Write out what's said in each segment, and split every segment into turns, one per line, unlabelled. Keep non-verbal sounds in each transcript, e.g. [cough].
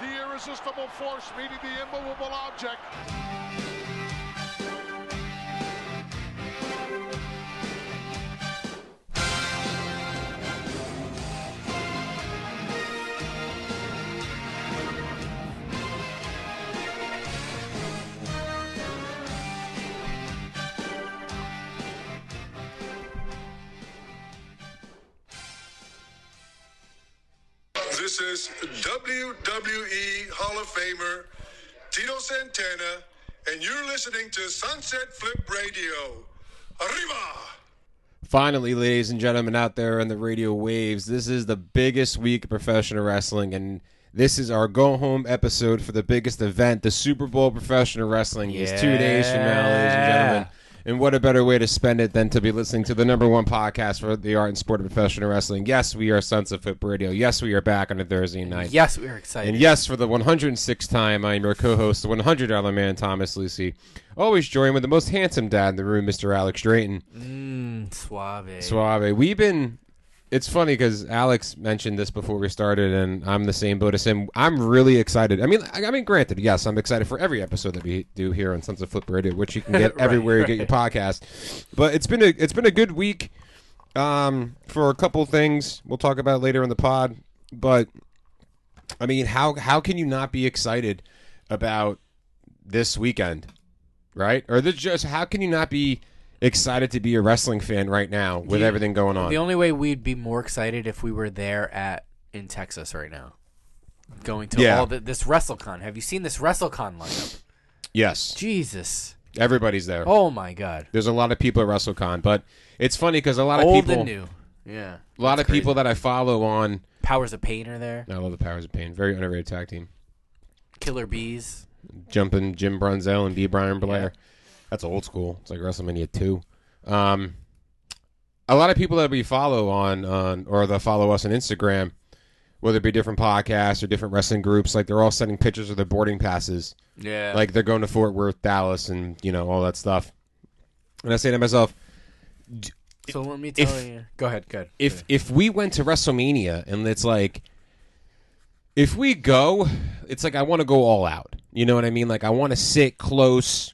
the irresistible force meeting the immovable object.
This is WWE Hall of Famer Tito Santana, and you're listening to Sunset Flip Radio. Arriba!
Finally, ladies and gentlemen out there on the radio waves, this is the biggest week of professional wrestling, and this is our go home episode for the biggest event, the Super Bowl professional wrestling. Is two days from now, ladies and gentlemen. And what a better way to spend it than to be listening to the number one podcast for the art and sport of professional wrestling. Yes, we are Sons of Flip Radio. Yes, we are back on a Thursday night.
Yes, we were excited.
And yes, for the 106th time, I am your co-host, the 100 dollar man, Thomas Lucy. Always joined with the most handsome dad in the room, Mr. Alex Drayton.
Suave.
Suave. We've been. It's funny because Alex mentioned this before we started, and I'm the same boat as him. I'm really excited. I mean, I I mean, granted, yes, I'm excited for every episode that we do here on Sons of Flip Radio, which you can get everywhere you get your podcast. But it's been a it's been a good week um, for a couple things we'll talk about later in the pod. But I mean, how how can you not be excited about this weekend, right? Or this just how can you not be excited to be a wrestling fan right now with
Yeah.
everything going on?
The only way we'd be more excited if we were there at in Texas right now, going to
Yeah.
all the, this WrestleCon. Have you seen this WrestleCon lineup?
yes,
Jesus.
everybody's there.
Oh my God.
There's a lot of people at WrestleCon, but it's funny because a lot of
Old
people,
and new. Yeah.
a lot of people that I follow on.
Powers of Pain are there.
I love the Powers of Pain, very underrated tag team.
Killer Bees.
Jumping Jim Brunzel and B. Brian Blair. That's old school. It's like WrestleMania two. Um, a lot of people that we follow on on or that follow us on Instagram, whether it be different podcasts or different wrestling groups, like they're all sending pictures of their boarding passes.
Yeah.
Like they're going to Fort Worth, Dallas, and you know all that stuff. And I say to myself,
so let me tell
if-
you. Go ahead. Good.
if if we went to WrestleMania and it's like if we go, it's like I want to go all out. You know what I mean? Like I want to sit close.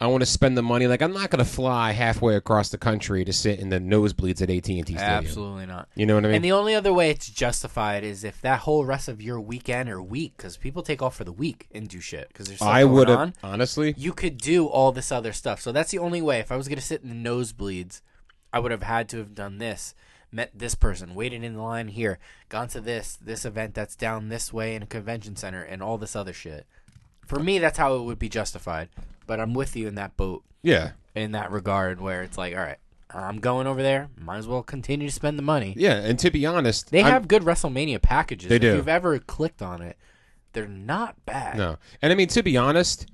I want to spend the money. Like I'm not going to fly halfway across the country to sit in the nosebleeds at AT&T Stadium.
Absolutely not.
You know what I mean?
And the only other way it's justified is if that whole rest of your weekend or week, because people take off for the week and do shit because there's stuff
I
going
would
on.
have honestly.
You could do all this other stuff. So that's the only way. If I was gonna sit in the nosebleeds, I would have had to have done this, met this person, waited in the line here, gone to this this event that's down this way in a convention center, and all this other shit. For me, that's how it would be justified. But I'm with you in that boat
Yeah.
in that regard, where it's like, all right, I'm going over there. Might as well continue to spend the money.
Yeah, and to be honest,
They
I'm-
have good WrestleMania packages.
They
if
do.
you've ever clicked on it, they're not bad.
No. And I mean, to be honest,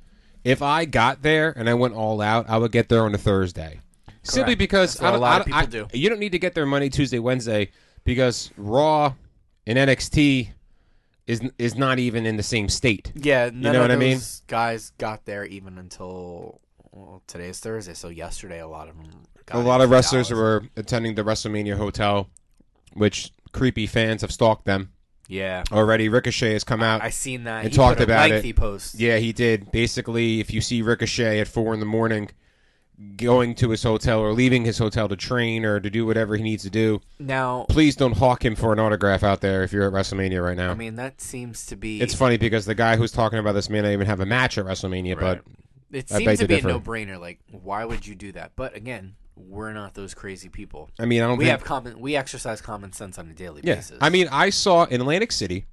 if I got there and I went all out, I would get there on a Thursday. Simply
Correct.
because
That's what
I
a
don't-
lot
I
of
don't- I-
people do.
You don't need to get there Monday, Tuesday, Wednesday because Raw and NXT is is not even in the same state.
Yeah,
know
none of
what I mean?
those guys got there even until well, today is Thursday, so yesterday a lot of them. Got
A lot
in
of
for
wrestlers
Dallas.
were attending the WrestleMania hotel, which creepy fans have stalked them
Yeah,
already. Ricochet has come out.
I seen that.
And
He
talked
put a
about it.
lengthy Post.
Yeah, he did. Basically, if you see Ricochet at four in the morning going to his hotel or leaving his hotel to train or to do whatever he needs to do,
Now,
please don't hawk him for an autograph out there if you're at WrestleMania right now.
I mean, that seems to be.
it's funny because the guy who's talking about this may not even have a match at WrestleMania,
Right.
but
It
I beg
seems
to
to be a
differ.
no-brainer. Like, why would you do that? But again, we're not those crazy people.
I mean, I don't
We
think
have common. We exercise common sense on a daily
yeah.
basis.
I mean, I saw in Atlantic City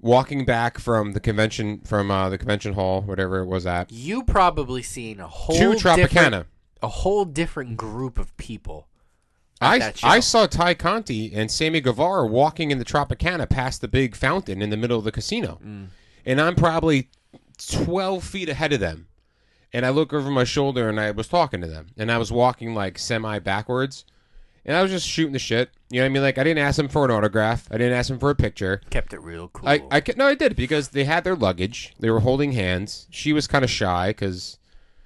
walking back from the convention from uh, the convention hall, whatever it was at,
you probably seen a whole
to Tropicana.
different- a whole different group of people.
I,
that show.
I saw Ty Conti and Sammy Guevara walking in the Tropicana past the big fountain in the middle of the casino.
Mm.
And I'm probably 12 feet ahead of them. And I look over my shoulder and I was talking to them. And I was walking like semi backwards. And I was just shooting the shit. You know what I mean? Like, I didn't ask them for an autograph, I didn't ask them for a picture.
Kept it real cool.
I, I ca- no, I did because they had their luggage. They were holding hands. She was kind of shy because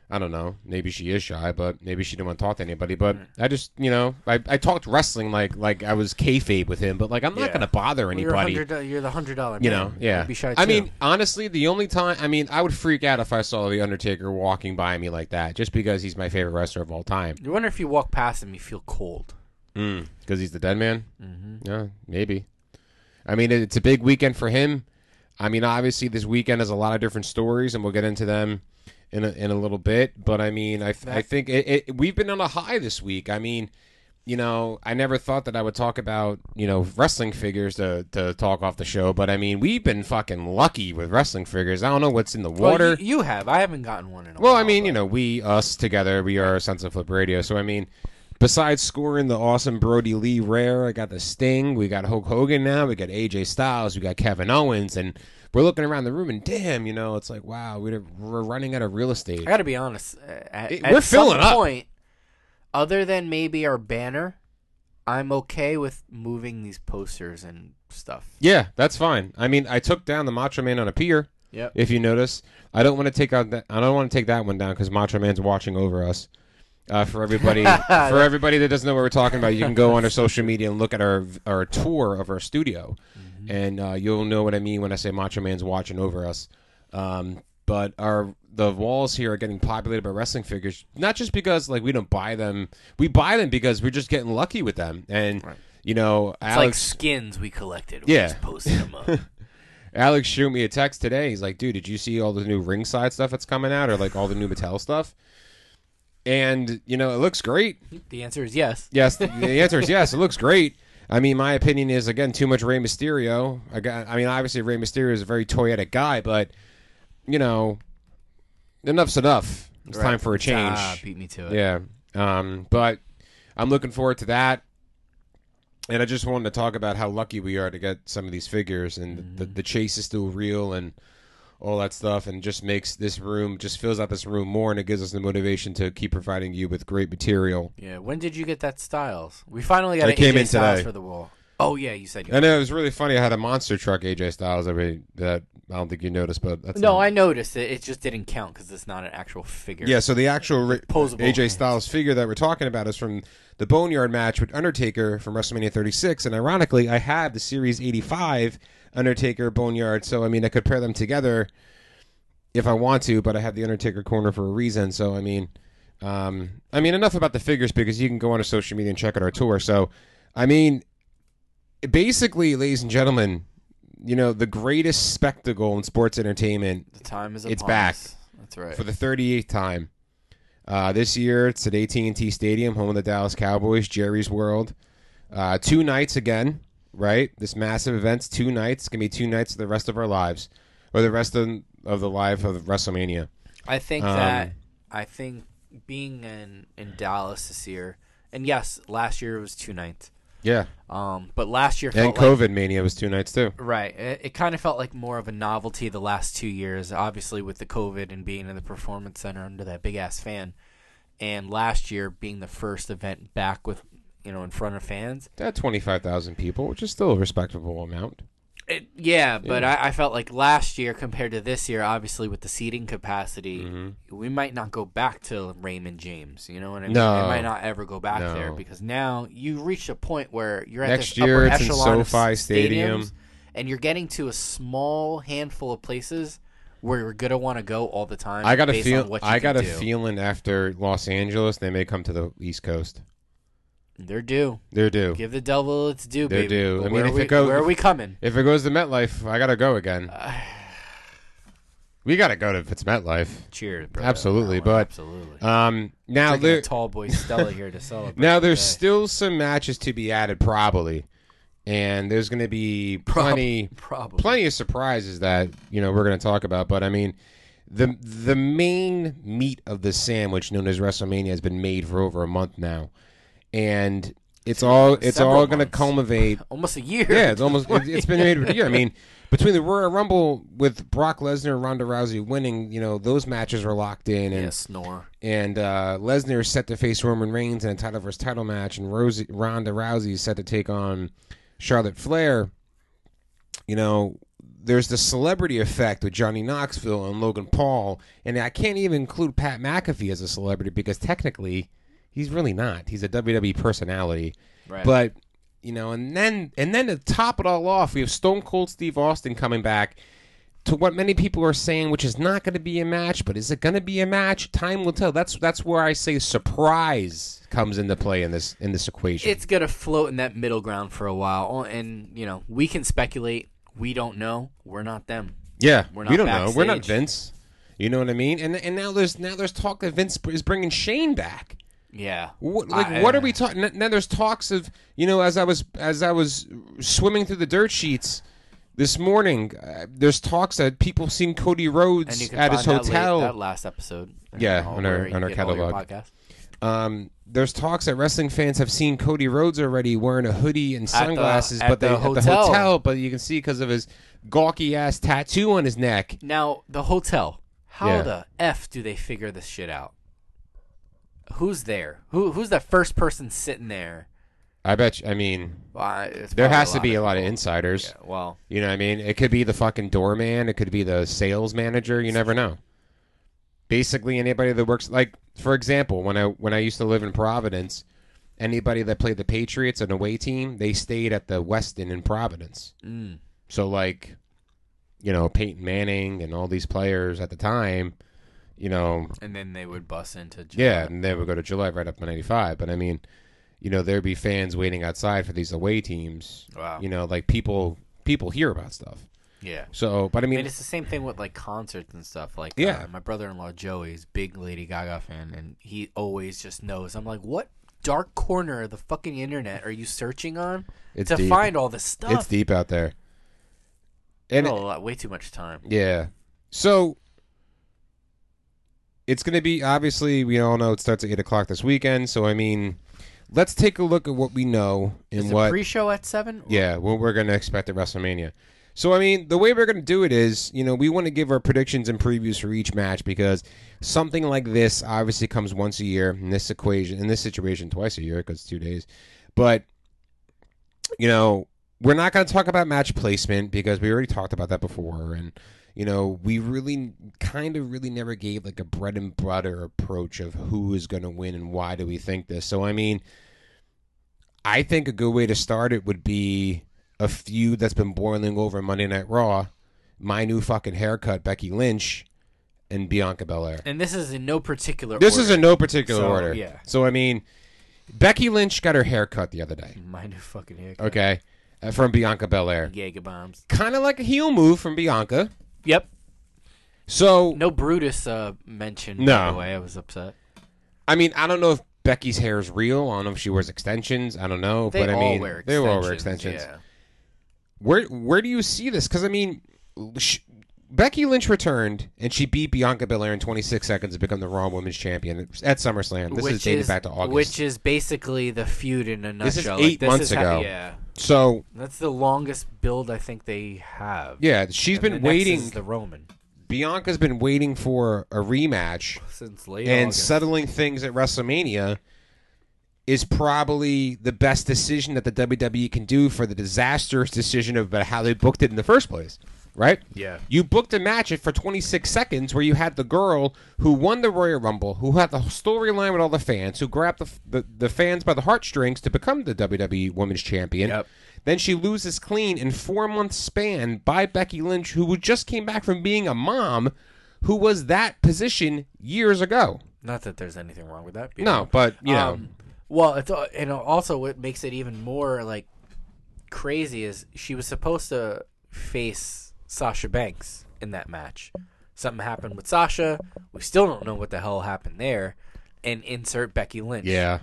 I don't know. Maybe she is shy, but maybe she didn't want to talk to anybody. But I just, you know, I, I talked wrestling like like I was kayfabe with him, but like I'm not
Yeah.
gonna bother
Well, you're, a
anybody.
hundred- uh, you're the hundred dollar.
you know, yeah.
Be shy
I
too.
mean, honestly, the only time I mean, I would freak out if I saw the Undertaker walking by me like that, just because he's my favorite wrestler of all time.
you wonder if you walk past him, you feel cold.
Because he's the dead man? Mm-hmm. Yeah, maybe. I mean, it- it's a big weekend for him. I mean, obviously, this weekend has a lot of different stories, and we'll get into them in a, in a little bit. But I mean, I, I think it, it, we've been on a high this week. I mean, you know, I never thought that I would talk about, you know, wrestling figures to, to talk off the show. But I mean, we've been fucking lucky with wrestling figures. I don't know what's in the
Well,
water.
you, you have. I haven't gotten one in a while.
Well, I mean, you know, we us together, we are Sense of Flip Radio. So I mean, besides scoring the awesome Brody Lee rare, I got the Sting, we got Hulk Hogan now, we got AJ Styles, we got Kevin Owens, and we're looking around the room and damn, you know, it's like wow, we're, we're running out of real estate.
I got to be honest. uh, At,
It-
at
we're
some
filling up.
point, other than maybe our banner, I'm okay with moving these posters and stuff.
Yeah, that's fine. I mean, I took down the Macho Man on a pier.
Yep.
If you notice, I don't want to take out that. I don't want to take that one down because Macho Man's watching over us. Uh, for
[laughs]
everybody, for everybody that doesn't know what we're talking about, you can go on our social media and look at our our tour of our studio,
Mm-hmm.
and uh, you'll know what I mean when I say Macho Man's watching over us. Um, but our the walls here are getting populated by wrestling figures, not just because like we don't buy them, we buy them because we're just getting lucky with them, and you know,
It's like
Alex
skins we collected. We
Yeah.
just posted them up.
[laughs] Alex shoot me a text today. He's like, dude, did you see all the new ringside stuff that's coming out or like all the new Mattel stuff? And, you know, it looks great.
the answer is yes.
Yes, the answer is yes. It looks great. I mean, my opinion is again too much Rey Mysterio. I, got, I mean, obviously Rey Mysterio is a very toyetic guy, but you know, enough's enough. It's time for a change.
Ah, beat me to it.
Yeah. Um, but I'm looking forward to that. And I just wanted to talk about how lucky we are to get some of these figures and the, the chase is still real and all that stuff and just makes this room just fills out this room more and it gives us the motivation to keep providing you with great material.
Yeah, When did you get that Styles? We finally got
I
an
came
AJ
in
Styles
today.
for the wall. Oh yeah, you said you.
And it was really funny. I had a monster truck AJ Styles. I mean, that I don't think you noticed, but that's
No,
not-
I noticed it. It just didn't count because it's not an actual figure.
Yeah, so the actual ri-
Posable.
AJ Styles figure that we're talking about is from the Boneyard match with Undertaker from WrestleMania 36, and ironically, I have the Series 85 Undertaker Boneyard. So I mean, I could pair them together if I want to, but I have the Undertaker corner for a reason. So I mean, um, I mean, enough about the figures because you can go on to social media and check out our tour. So I mean, basically, ladies and gentlemen, you know, the greatest spectacle in sports entertainment
The time is.
It's
upon
back.
us. That's right.
for the 38th time. Uh, this year, it's at AT&T Stadium, home of the Dallas Cowboys, Jerry's World. Uh, two nights again, right? This massive event's two nights. going to be two nights of the rest of our lives, or the rest of, of the life of WrestleMania.
I think
Um,
that I think being in in Dallas this year, and yes, last year it was two nights.
Yeah.
Um, but last year
And
felt like,
COVID Mania was two nights, too.
right. It, it kind of felt like more of a novelty the last two years, obviously with the COVID and being in the performance center under that big ass fan, and last year being the first event back with you know in front of fans.
That 25,000 people, which is still a respectable amount.
It, yeah, but I, I felt like last year compared to this year, obviously with the seating capacity,
Mm-hmm.
we might not go back to Raymond James. You know what I mean?
No.
It might not ever go back there
No.
because now you reach a point where you're at
Next
this upper
year it's in
echelon of
SoFi
s-
Stadium.
stadiums, and you're getting to a small handful of places where you're gonna want to go all the time.
I got a
based on
feel.
what you
I
can
got a
do.
feeling after Los Angeles, they may come to the East Coast.
They're due.
They're due.
Give the devil its due,
They're
baby.
due. I
But
mean,
where,
if
are we,
it goes-
where are we coming?
If it goes to MetLife, I gotta go
[sighs]
again. we gotta go to if it's MetLife.
Cheers, bro.
Absolutely, but-
absolutely.
Um, now
Drinking a
there,
tall boy Stella here
[laughs]
to celebrate.
now there's
today.
still some matches to be added, probably, and there's gonna be plenty,
Probably.
plenty of surprises that you know we're gonna talk about. But I mean, the the main meat of the sandwich known as WrestleMania has been made for over a month now, and it's all it's
Several
all gonna
months.
culminate
Almost a year.
Yeah, it's almost it, it's been made for a year. I mean, between the Royal Rumble with Brock Lesnar and Ronda Rousey winning, you know those matches were locked in, and
Yeah, snore.
and uh, Lesnar is set to face Roman Reigns in a title versus title match, and Rosie, Ronda Rousey is set to take on Charlotte Flair. You know, there's the celebrity effect with Johnny Knoxville and Logan Paul, and I can't even include Pat McAfee as a celebrity because technically he's really not. He's a WWE personality.
Right.
But you know, and then and then to top it all off, we have Stone Cold Steve Austin coming back to what many people are saying, which is not going to be a match, but is it going to be a match? Time will tell. That's that's where I say surprise comes into play in this in this equation.
it's gonna float in that middle ground for a while, oh, and you know we can speculate. We don't know. We're not them.
Yeah,
We're
we
not
don't know. We're not
backstage.
Vince. You know what I mean? And and now there's now there's talk that Vince is bringing Shane back.
Yeah.
What, like
I- uh,
what are we talking? Now there's talks of you know as I was as I was swimming through the dirt sheets this morning. Uh, there's talks that people seen Cody
And you
Rhodes
can
at
find
his
that late-
hotel.
that last episode.
Yeah,
All
on our-
where you
on our
get all your
catalog.
podcasts.
um, there's talks that wrestling fans have seen Cody Rhodes already wearing a hoodie and sunglasses,
at
but
the
they at the
hotel.
hotel. But you can see because of his gawky ass tattoo on his neck.
Now the hotel. How
Yeah.
the f do they figure this shit out? Who's there? Who who's the first person sitting there?
I bet. You, I mean,
Well, I- it's
there
probably
has to be a lot of
people.
insiders.
Yeah, well,
You know what I mean? It could be the fucking doorman. It could be the sales manager. You never know. Basically, anybody that works, like for example, when I when I used to live in Providence, anybody that played the Patriots an away team, they stayed at the Westin in Providence.
mm,
So like, you know, Peyton Manning and all these players at the time, you know,
and then they would bust into.
yeah, and they would go to Gillette right up in '95. But I mean, you know, there'd be fans waiting outside for these away teams.
Wow.
You know, like people people hear about stuff.
yeah.
So, but I
I
mean,
mean, it's the same thing with like concerts and stuff. Like,
Yeah.
uh, my brother-in-law Joey's big Lady Gaga fan, and he always just knows. I'm like, what dark corner of the fucking internet are you searching on
It's
to
deep.
find all this stuff?
It's deep out there. And
Oh, a lot- way too much time.
yeah. So it's going to be obviously we all know it starts at eight o'clock this weekend. So I mean, let's take a look at what we know and
Is
what
the pre-show at seven?
yeah what we're going to expect at WrestleMania. So I mean, the way we're going to do it is, you know, we want to give our predictions and previews for each match because something like this obviously comes once a year in this equation in this situation twice a year because two days, but you know, we're not going to talk about match placement because we already talked about that before. And, you know, we really kind of really never gave like a bread and butter approach of who is going to win and why do we think this. So, I mean, I think a good way to start it would be a feud that's been boiling over Monday Night Raw, my new fucking haircut, Becky Lynch, and Bianca Belair.
And this is in no particular.
This
order.
is in no particular
So,
order.
yeah.
So, I mean, Becky Lynch got her haircut the other day,
[laughs] my new fucking haircut.
okay, uh, from Bianca Belair
Giga bombs.
kind of like a heel move from Bianca.
Yep.
So
No Brutus uh, mentioned. By
No.
the way, I was upset.
I mean, I don't know if Becky's hair is real. I don't know if she wears extensions. I don't know,
They
but I
all
mean,
wear extensions.
they all wear extensions.
Yeah.
Where where do you see this? Because I mean, sh Becky Lynch returned and she beat Bianca Belair in 26 seconds to become the Raw Women's Champion at SummerSlam. This is dated back to August.
Which is basically the feud in a
This is
nutshell.
eight months
how-
ago.
yeah,
so
that's the longest build I think they have.
yeah, she's
And the
been
next
waiting.
is the Roman
Bianca's been waiting for a rematch.
since late
and
August.
settling things at WrestleMania is probably the best decision that the WWE can do for the disastrous decision of how they booked it in the first place, right?
Yeah.
You booked a match for 26 seconds where you had the girl who won the Royal Rumble, who had the storyline with all the fans, who grabbed the, the, the fans by the heartstrings to become the WWE Women's Champion.
Yep.
Then she loses clean in four month span by Becky Lynch, who just came back from being a mom, who was that position years ago.
Not that there's anything wrong with that. you
No, but you know,
Um, well, it's al- and also what makes it even more like crazy is she was supposed to face Sasha Banks in that match. Something happened with Sasha. We still don't know what the hell happened there. And insert Becky Lynch.
yeah,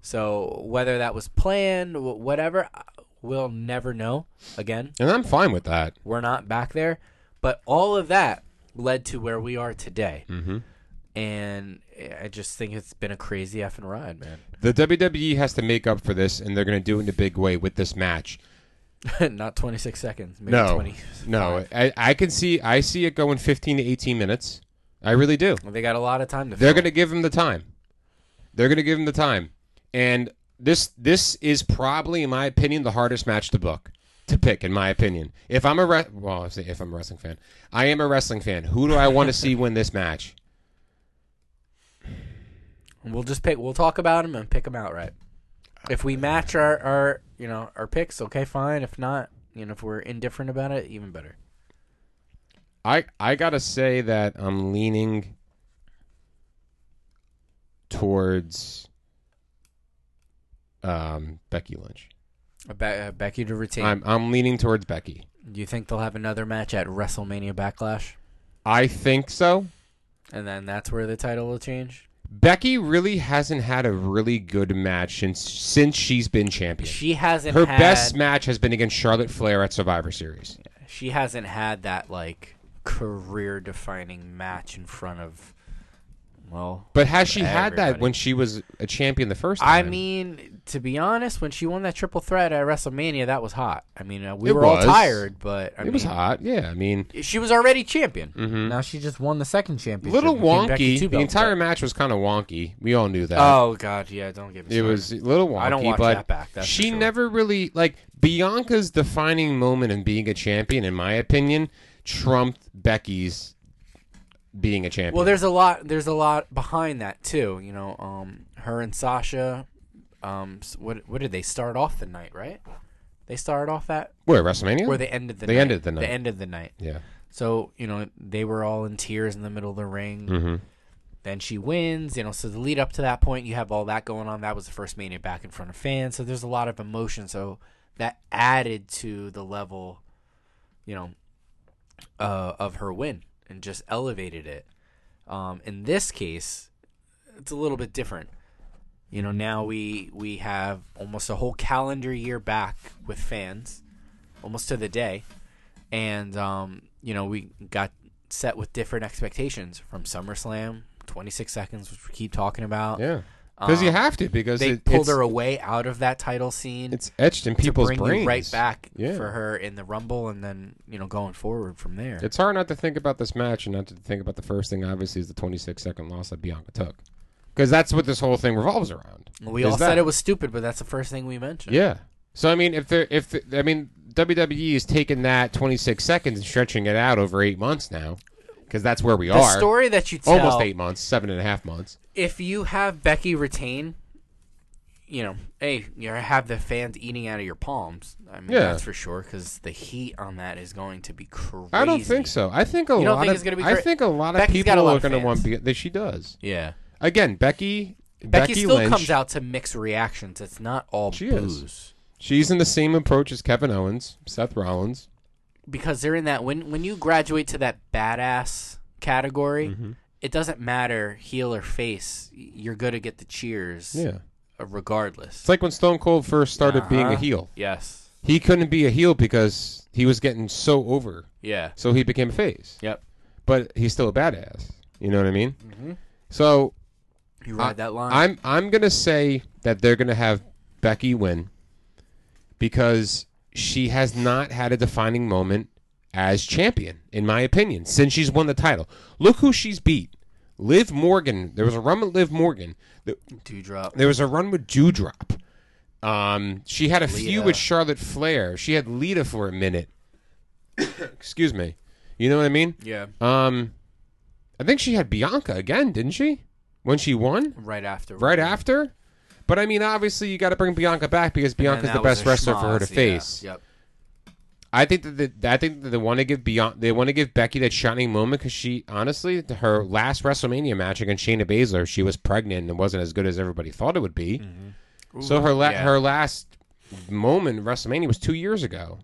So whether that was planned, wh- whatever, I- we'll never know. Again,
and I'm fine with that.
we're not back there, but all of that led to where we are today. Mm-hmm. And I just think it's been a crazy effing ride, man. [laughs]
The WWE has to make up for this, and they're going to do it in a big way with this match.
Not 26 seconds. Maybe
No,
20.
no, I, I can see, I see it going 15 to 18 minutes. I really do.
They got a lot of time to.
They're
fill.
going to give him the time. They're going to give him the time, and this this is probably, in my opinion, the hardest match to book. to pick, in my opinion. If I'm a re- well, I say if I'm a wrestling fan, I am a wrestling fan. Who do I want to see win this match?
We'll just pick. We'll talk about them and pick them out right. If we match our, our you know our picks, okay, fine. If not, you know, if we're indifferent about it, even better.
I I gotta say that I'm leaning towards um, Becky Lynch.
Uh, Be- uh, Becky to retain.
I'm I'm leaning towards Becky.
Do you think they'll have another match at WrestleMania Backlash,
I think so.
and then that's where the title will change?
Becky really hasn't had a really good match since since she's been champion.
She hasn't.
Her
had,
best match has been against Charlotte Flair at Survivor Series.
She hasn't had that like career-defining match in front of. Well,
But has she had that
Everybody.
when she was a champion the first
I
time?
mean, to be honest, when she won that triple threat at WrestleMania, that was hot. I mean, uh, we
It
were
was.
all tired, but I
it was
mean,
hot. Yeah, I mean,
She was already champion. Now she just won the second championship.
little
and came back to
wonky.
two
The
belts,
entire
but-
match was kind of wonky. We all knew that.
Oh God, yeah, don't get me.
It
started.
was a little wonky,
I don't watch
but
that back, that's for
she
sure.
never really like Bianca's defining moment in being a champion, in my opinion, trumped Becky's being a champion.
Well, there's a lot. There's a lot behind that too. You know, um, her and Sasha. Um, s- what what did they start off the night? Right? They started off that
Where WrestleMania?
or they ended the
They
night.
ended the night.
They ended the night.
yeah,
So you know they were all in tears in the middle of the ring.
Mm-hmm.
Then she wins. You know, so the lead up to that point, you have all that going on. That was the first Mania back in front of fans. So there's a lot of emotion. So that added to the level, you know, uh, of her win and just elevated it. Um, in this case, it's a little bit different. You know, now we we have almost a whole calendar year back with fans, almost to the day and um, you know we got set with different expectations from SummerSlam, 26 seconds, which we keep talking about.
yeah, because you have to because
Um, They
it,
pulled
it's,
her away out of that title scene
it's etched in
to
people's
bring
brains
you right back
Yeah.
for her in the Rumble, and then you know going forward from there.
It's hard not to think about this match and not to think about the first thing. Obviously, is the 26 second loss that Bianca took, because that's what this whole thing revolves around.
we
is
all
that.
said it was stupid, but that's the first thing we mentioned.
Yeah. So I mean, if they're if I mean WWE is taking that 26 seconds and stretching it out over eight months now, because that's where we
The
are.
story that you tell
Almost eight months, seven and a half months.
if you have Becky retain, you know, hey, you have the fans eating out of your palms. I mean,
Yeah.
that's for sure because the heat on that is going to be crazy.
I don't think so. I think a
You don't
lot
think
of
it's gonna be
I
cra-
think a lot of
Becky's
people
got a lot
are
of
going to want
fans.
Be- that she does
Yeah,
again. Becky
Becky, still
Lynch,
comes out to mixed reactions. It's not all
She is.
booze
She's in the same approach as Kevin Owens, Seth Rollins.
because they're in that when when you graduate to that badass category.
Mm-hmm.
It doesn't matter heel or face. You're gonna get the cheers,
Yeah,
uh, regardless.
it's like when Stone Cold first started being a
Uh-huh.
heel.
yes,
He couldn't be a heel because he was getting so over,
yeah,
so he became a face.
yep.
but he's still a badass. You know what I mean? So
You ride that line.
I'm I'm gonna say that they're gonna have Becky win because she has not had a defining moment as champion, in my opinion, since she's won the title. Look who she's beat. Liv Morgan. There was a run with Liv Morgan. Th-
Dewdrop.
There was a run with Dewdrop. Um, she had a few
Lita.
with Charlotte Flair. She had Lita for a minute. [coughs] Excuse me. You know what I mean?
Yeah.
Um, I think she had Bianca again, didn't she? When she won,
Right after.
right after. But I mean, obviously, you got to bring Bianca back because Bianca's
And
the
that was
best
a
wrestler for her to
schmoz, yeah,
face.
Yep.
I think that the, I think that they want to give Bianca, they want to give Becky that shining moment because she honestly, to her last WrestleMania match against Shayna Baszler, she was pregnant and wasn't as good as everybody thought it would be. So her la-
yeah.
her last moment in WrestleMania was two years ago.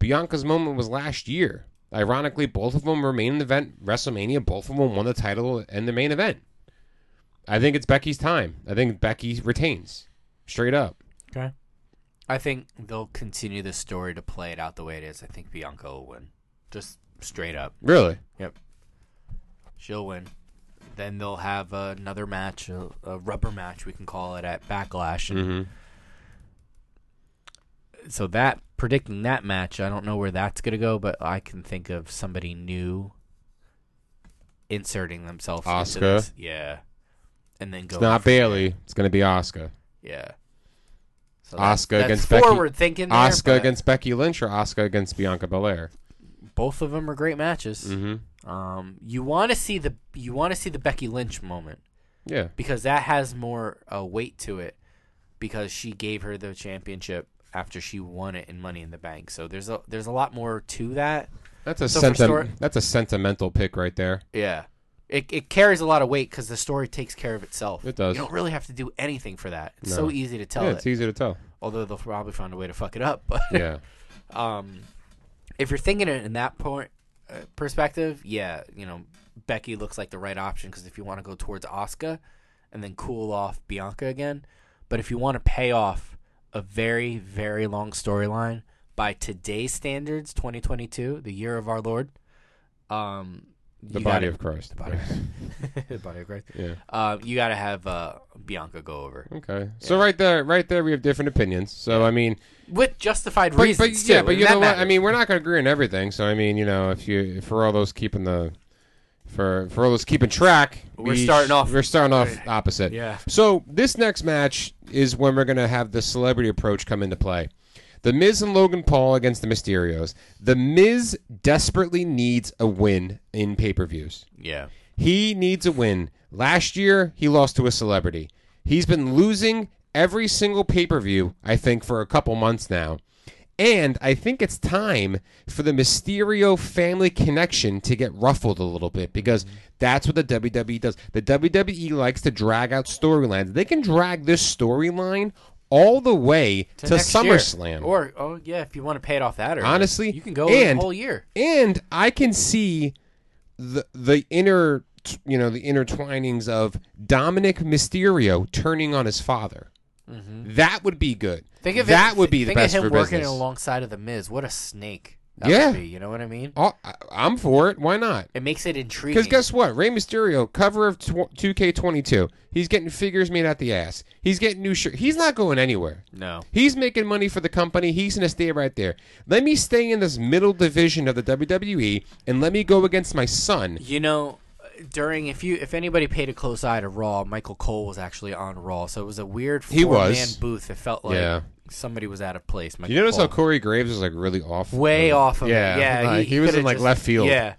Bianca's moment was last year. Ironically, both of them were main event WrestleMania. Both of them won the title and the main event. I think it's Becky's time. I think Becky retains straight up.
Okay. I think they'll continue this story to play it out the way it is. I think Bianca will win, just straight up.
Really?
Yep. She'll win. Then they'll have another match, a, a rubber match, we can call it, at Backlash. And So that predicting that match, I don't know where that's gonna go, but I can think of somebody new inserting themselves.
Asuka?
Into this. yeah, and then go
It's not Bailey. It's gonna be Oscar.
Yeah. So
Oscar
that's,
against
that's
Becky.
forward thinking. there,
Oscar
but
against Becky Lynch or Oscar against Bianca Belair.
both of them are great matches.
Mm-hmm.
Um, you want to see the you want to see the Becky Lynch moment
Yeah.
because that has more uh, weight to it because she gave her the championship after she won it in Money in the Bank. So there's a there's a lot more to that.
That's a
So for
senti-
story-
that's a sentimental pick right there.
Yeah. It, it carries a lot of weight because the story takes care of itself.
It does.
You don't really have to do anything for that. It's
No.
so easy to tell
yeah,
it.
it's easy to
[laughs]
tell.
Although they'll probably find a way to fuck it up. [laughs] But
Yeah.
um, if you're thinking it in that point uh, perspective, yeah, you know, Becky looks like the right option because if you want to go towards Oscar and then cool off Bianca again, but if you want to pay off a very very long storyline by today's standards, 2022, the year of our Lord, um,
The
you
body
gotta-
of Christ.
the body, of- [laughs] the body of Christ.
Yeah.
Uh, you got to have uh, Bianca go over
[laughs] Okay. So right there, right there, we have different opinions. So I mean,
with justified
but,
reasons.
but yeah,
too,
but
and
you
that
know what? I
matters.
mean, we're not going to agree on everything. So I mean, you know, if you for all those keeping the for for all those keeping track,
We're
we
starting
sh-
off-
We're starting off opposite.
Yeah.
So this next match is when we're going to have the celebrity approach come into play. The Miz and Logan Paul against the Mysterios. The Miz desperately needs a win in pay per views.
yeah,
He needs a win. Last year, he lost to a celebrity. He's been losing every single pay per view, I think, for a couple months now. And I think it's time for the Mysterio family connection to get ruffled a little bit because that's what the WWE does. The WWE likes to drag out storylines. They can drag this storyline all the way to,
next year.
SummerSlam.
Or oh yeah, if you want to pay it off that, or
Honestly,
you can go
and-
the whole year.
and I can see the the inner you know the intertwinings of Dominic Mysterio turning on his father. That would be good.
Mm-hmm. Think of
that
him,
would be the
think
best
of
for
him working
business.
alongside of the Miz. What a snake! That
Yeah.
would be, you know what I mean.
Oh, I, I'm for it. Why not?
It makes it intriguing.
Because guess what? Rey Mysterio, cover of two K twenty two. He's getting figures made out the ass. He's getting new shirt. He's not going anywhere.
no,
He's making money for the company. He's going to stay right there. Let me stay in this middle division of the WWE and let me go against my son.
you know, during if you if anybody paid a close eye to Raw, Michael Cole was actually on Raw, so it was a weird
He
four man
was.
booth. It felt like
Yeah.
somebody was out of place. Michael
You notice how
Cole.
Corey Graves was like really off,
way off of
yeah,
it. Yeah,
like, Uh, he was
could've
in, like,
just-
left field.
Yeah,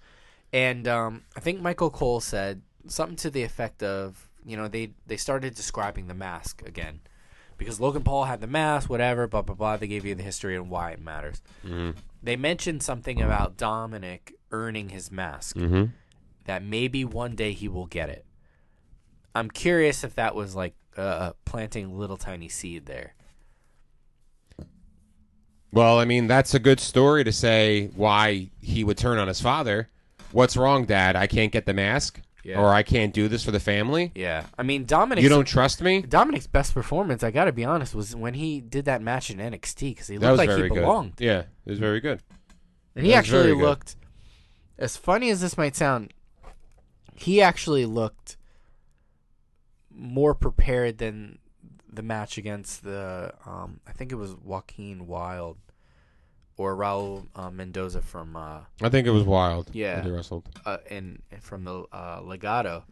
and um, I think Michael Cole said something to the effect of, you know, they they started describing the mask again because Logan Paul had the mask, whatever, blah blah blah. They gave you the history and why it matters.
Mm-hmm.
They mentioned something about Dominic earning his mask.
Mm-hmm.
That maybe one day he will get it. I'm curious if that was like uh, planting a little tiny seed there.
Well, I mean, that's a good story to say why he would turn on his father. What's wrong, Dad? I can't get the mask,
Yeah.
or I can't do this for the family.
Yeah, I mean Dominic.
You don't trust me?
Dominic's best performance, I gotta be honest, was when he did that match in NXT because he
That
looked
was
like
very
he belonged,
good. Yeah, it was very good.
and he
That was very
actually
good.
looked. As funny as this might sound, he actually looked more prepared than the match against the. Um, I think it was Joaquin Wild or Raul uh, Mendoza from uh,
I think it was wild.
Yeah.
that he wrestled.
uh, in from the uh, Legato.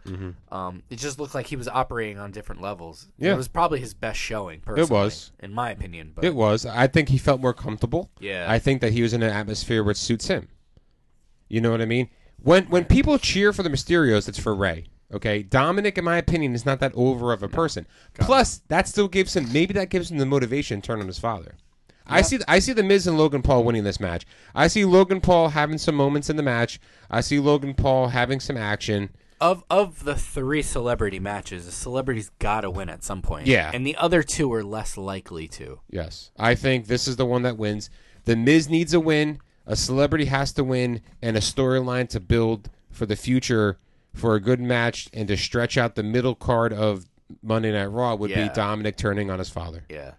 Um, it just looked like he was operating on different levels.
Mm-hmm. Yeah.
it was probably his best showing. Personally,
was.
in my opinion, but
It was. I think he felt more comfortable.
Yeah.
I think that he was in an atmosphere which suits him. You know what I mean? When when people cheer for the Mysterios, it's for Ray. Okay, Dominic, in my opinion, is not that over of a person. Plus, that still gives him maybe that gives him the motivation to turn on his father. I see I see the Miz and Logan Paul winning this match. I see Logan Paul having some moments in the match. I see Logan Paul having some action.
of of the three celebrity matches, the celebrity's got to win at some point.
Yeah.
and the other two are less likely to.
Yes. I think this is the one that wins. The Miz needs a win, a celebrity has to win, and a storyline to build for the future for a good match and to stretch out the middle card of Monday Night Raw would
Yeah.
be Dominic turning on his father.
Yeah,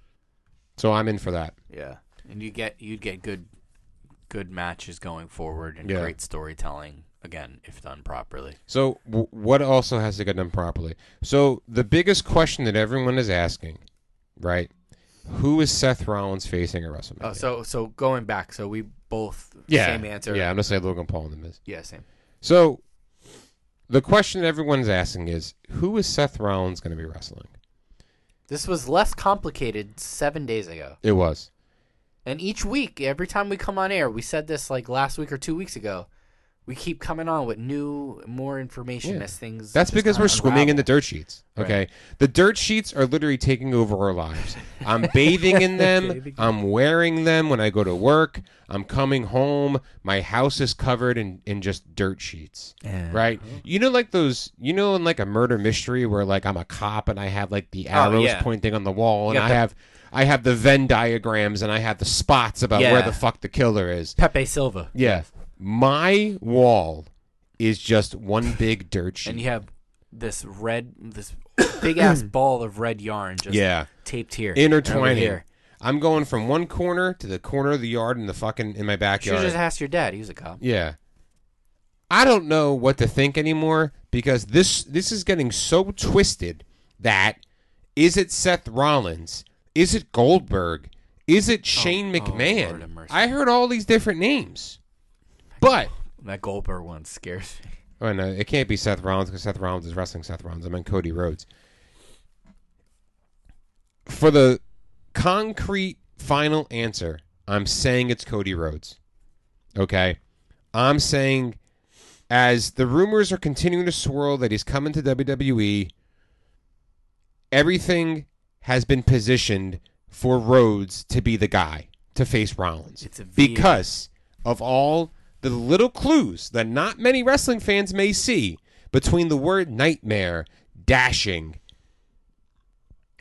So I'm in for that.
yeah, and you get you'd get good good matches going forward and
Yeah.
great storytelling again if done properly.
So w- what also has to get done properly? So the biggest question that everyone is asking, right? Who is Seth Rollins facing at WrestleMania?
Oh, so so going back, so we both
yeah,
same answer.
Yeah, I'm gonna say Logan Paul and the Miz.
yeah, same.
So, the question everyone's asking is, who is Seth Rollins going to be wrestling?
This was less complicated seven days ago.
It was.
And each week, every time we come on air, we said this like last week or two weeks ago. We keep coming on with new, more information
Yeah.
as things.
That's
just
because we're
kinda
swimming in the
unravel.
dirt sheets. Okay. The dirt sheets are literally taking over our lives. [laughs] I'm bathing in them. I'm wearing them when I go to work. I'm coming home. My house is covered in, in just dirt sheets.
Yeah.
Right? You know, like those, you know, in like a murder mystery where like I'm a cop and I have like the
Oh,
arrows
yeah.
pointing on the wall and
got
I
the-
have. I have the Venn diagrams and I have the spots about where
Yeah.
the fuck the killer is.
Pepe Silva.
Yeah. My wall is just one big dirt sheet.
And you have this red, this
[coughs]
big ass ball of red yarn just
yeah.
taped here,
intertwining.
over here.
I'm going from one corner to the corner of the yard in the fucking in my
You should
backyard.
just asked your dad. He was a cop.
yeah. I don't know what to think anymore because this this is getting so twisted that is it Seth Rollins? Is it Goldberg? Is it Shane
oh, Lord have
McMahon?
mercy.
I heard all these different names. But
That Goldberg one scares me.
Oh no, it can't be Seth Rollins because Seth Rollins is wrestling Seth Rollins. I meant Cody Rhodes. For the concrete final answer, I'm saying it's Cody Rhodes. Okay, I'm saying as the rumors are continuing to swirl that he's coming to WWE, everything has been positioned for Rhodes to be the guy to face Rollins
It's a V.
because of all the little clues that not many wrestling fans may see between the word nightmare, dashing,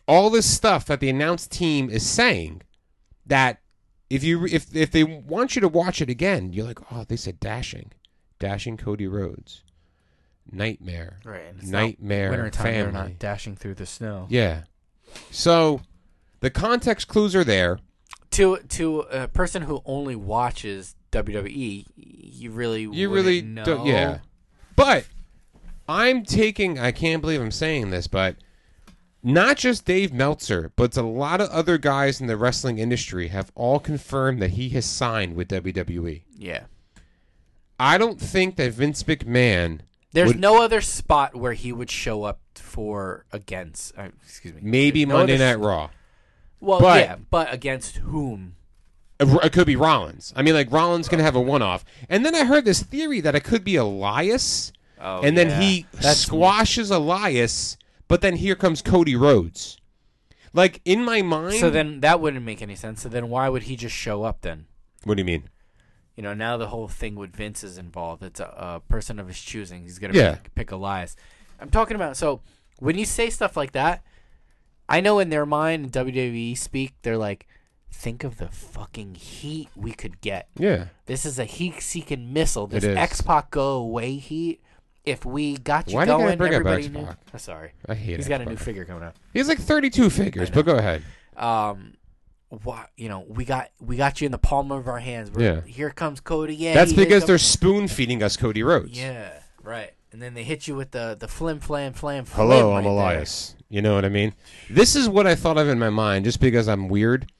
all this stuff that the announced team is saying that if you if if they want you to watch it again, you're like, "Oh, they said dashing. Dashing Cody Rhodes. Nightmare.
Right. and it's not
Nightmare
Wintertime,
family.
they're not dashing through the snow.
Yeah. So the context clues are there.
to to a person who only watches WWE, you really
You
wouldn't
really
know.
don't. Yeah. But I'm taking. I can't believe I'm saying this, but not just Dave Meltzer, but a lot of other guys in the wrestling industry have all confirmed that he has signed with WWE.
yeah.
I don't think that Vince McMahon.
There's
would-
no other spot where he would show up for against. Uh, excuse me.
Maybe
There's no
Monday
other
Night
s-
Raw.
Well,
but-
yeah, but against whom?
Uh, It could be Rollins. I mean, like Rollins can have a one-off, and then I heard this theory that it could be Elias,
Oh,
and then
yeah.
he
That's-
squashes Elias, but then here comes Cody Rhodes. Like in my mind,
So then that wouldn't make any sense. So then why would he just show up then?
what do you mean?
You know, now the whole thing with Vince is involved. It's a, a person of his choosing. He's gonna
Yeah.
pick, pick Elias. I'm talking about. So when you say stuff like that, I know in their mind, WWE speak, they're like, "Think of the fucking heat we could get.
Yeah,
This is a heat-seeking missile. This
is.
X Pac go away heat. If we got you
Why do you gotta
going,
bring up
everybody knew-
X-Pac?
Oh, sorry,
I hate.
he's
it.
got a new figure coming out.
He has like thirty-two figures, but go ahead.
Um, what you know, we got we got you in the palm of our hands. We're,
Yeah.
Here comes Cody. Yeah,
That's
he is
because
the-
they're spoon feeding us Cody Rhodes.
Yeah, right. And then they hit you with the the flim flam flam. flim
Hello,
right
I'm
there.
Elias. You know what I mean? This is what I thought of in my mind, just because I'm weird.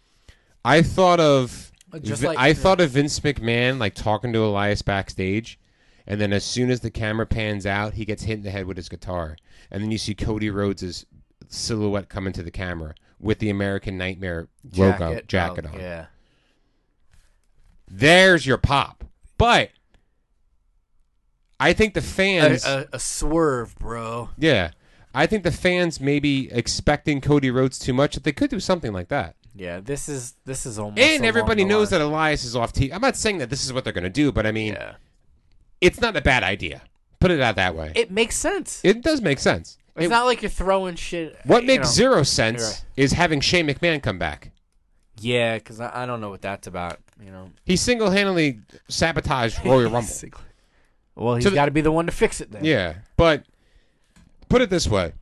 I thought of
Just
Vi-
like-
I thought of Vince McMahon like talking to Elias backstage, and then as soon as the camera pans out, he gets hit in the head with his guitar, and then you see Cody Rhodes' silhouette come into the camera with the American Nightmare logo
oh,
jacket on.
Yeah,
There's your pop, but. I think the
a,
fans
a, a swerve, bro.
Yeah. I think the fans maybe expecting Cody Rhodes too much that they could do something like that.
Yeah, this is this is almost.
and everybody knows that Elias is off TV. I'm not saying that this is what they're going to do, but I mean,
Yeah,
it's not a bad idea. Put it out that way. It,
it makes sense.
does make sense.
it's
It-
not like you're throwing shit.
what
you
makes
know.
zero sense
You're right.
is having Shane McMahon come back.
Yeah, because I, I don't know what that's about. You know,
He single handedly sabotaged Royal Rumble.
[laughs] Basically. Well, he's
So the-
got to be the one to fix it then.
Yeah, but put it this way: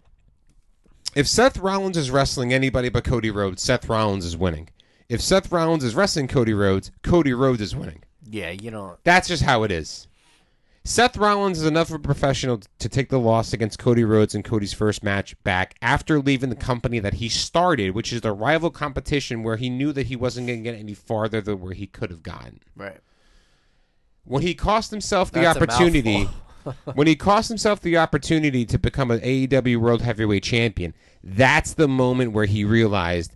if Seth Rollins is wrestling anybody but Cody Rhodes, Seth Rollins is winning. If Seth Rollins is wrestling Cody Rhodes, Cody Rhodes is winning.
Yeah, you know.
That's just how it is. Seth Rollins is enough of a professional to take the loss against Cody Rhodes in Cody's first match back after leaving the company that he started, which is the rival competition where he knew that he wasn't going to get any farther than where he could have gotten.
Right.
When he cost himself the
That's a
opportunity
mouthful.
when he cost himself the opportunity to become an AEW World Heavyweight Champion, that's the moment where he realized,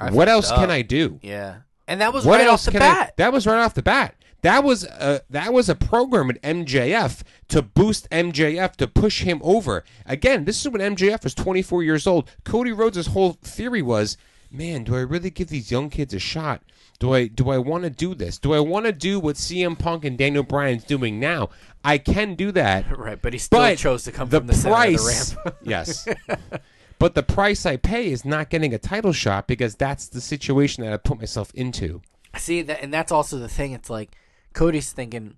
I
what
fucked
else
up.
can I do?
Yeah. And that was
what
right
else
off the
can I-
bat.
that was right off the bat. That was a that was a program at MJF to boost MJF to push him over. Again, this is when MJF was 24 years old. Cody Rhodes' whole theory was, man, do I really give these young kids a shot? Do I do I want to do this? Do I want to do what CM Punk and Daniel Bryan's doing now? I can do that.
[laughs] Right, but he still
But
chose to come
the
from the
price,
center of the ramp.
[laughs]
[laughs]
yes. But the price I pay is not getting a title shot because that's the situation that I put myself into.
See that, and that's also the thing. It's like Cody's thinking,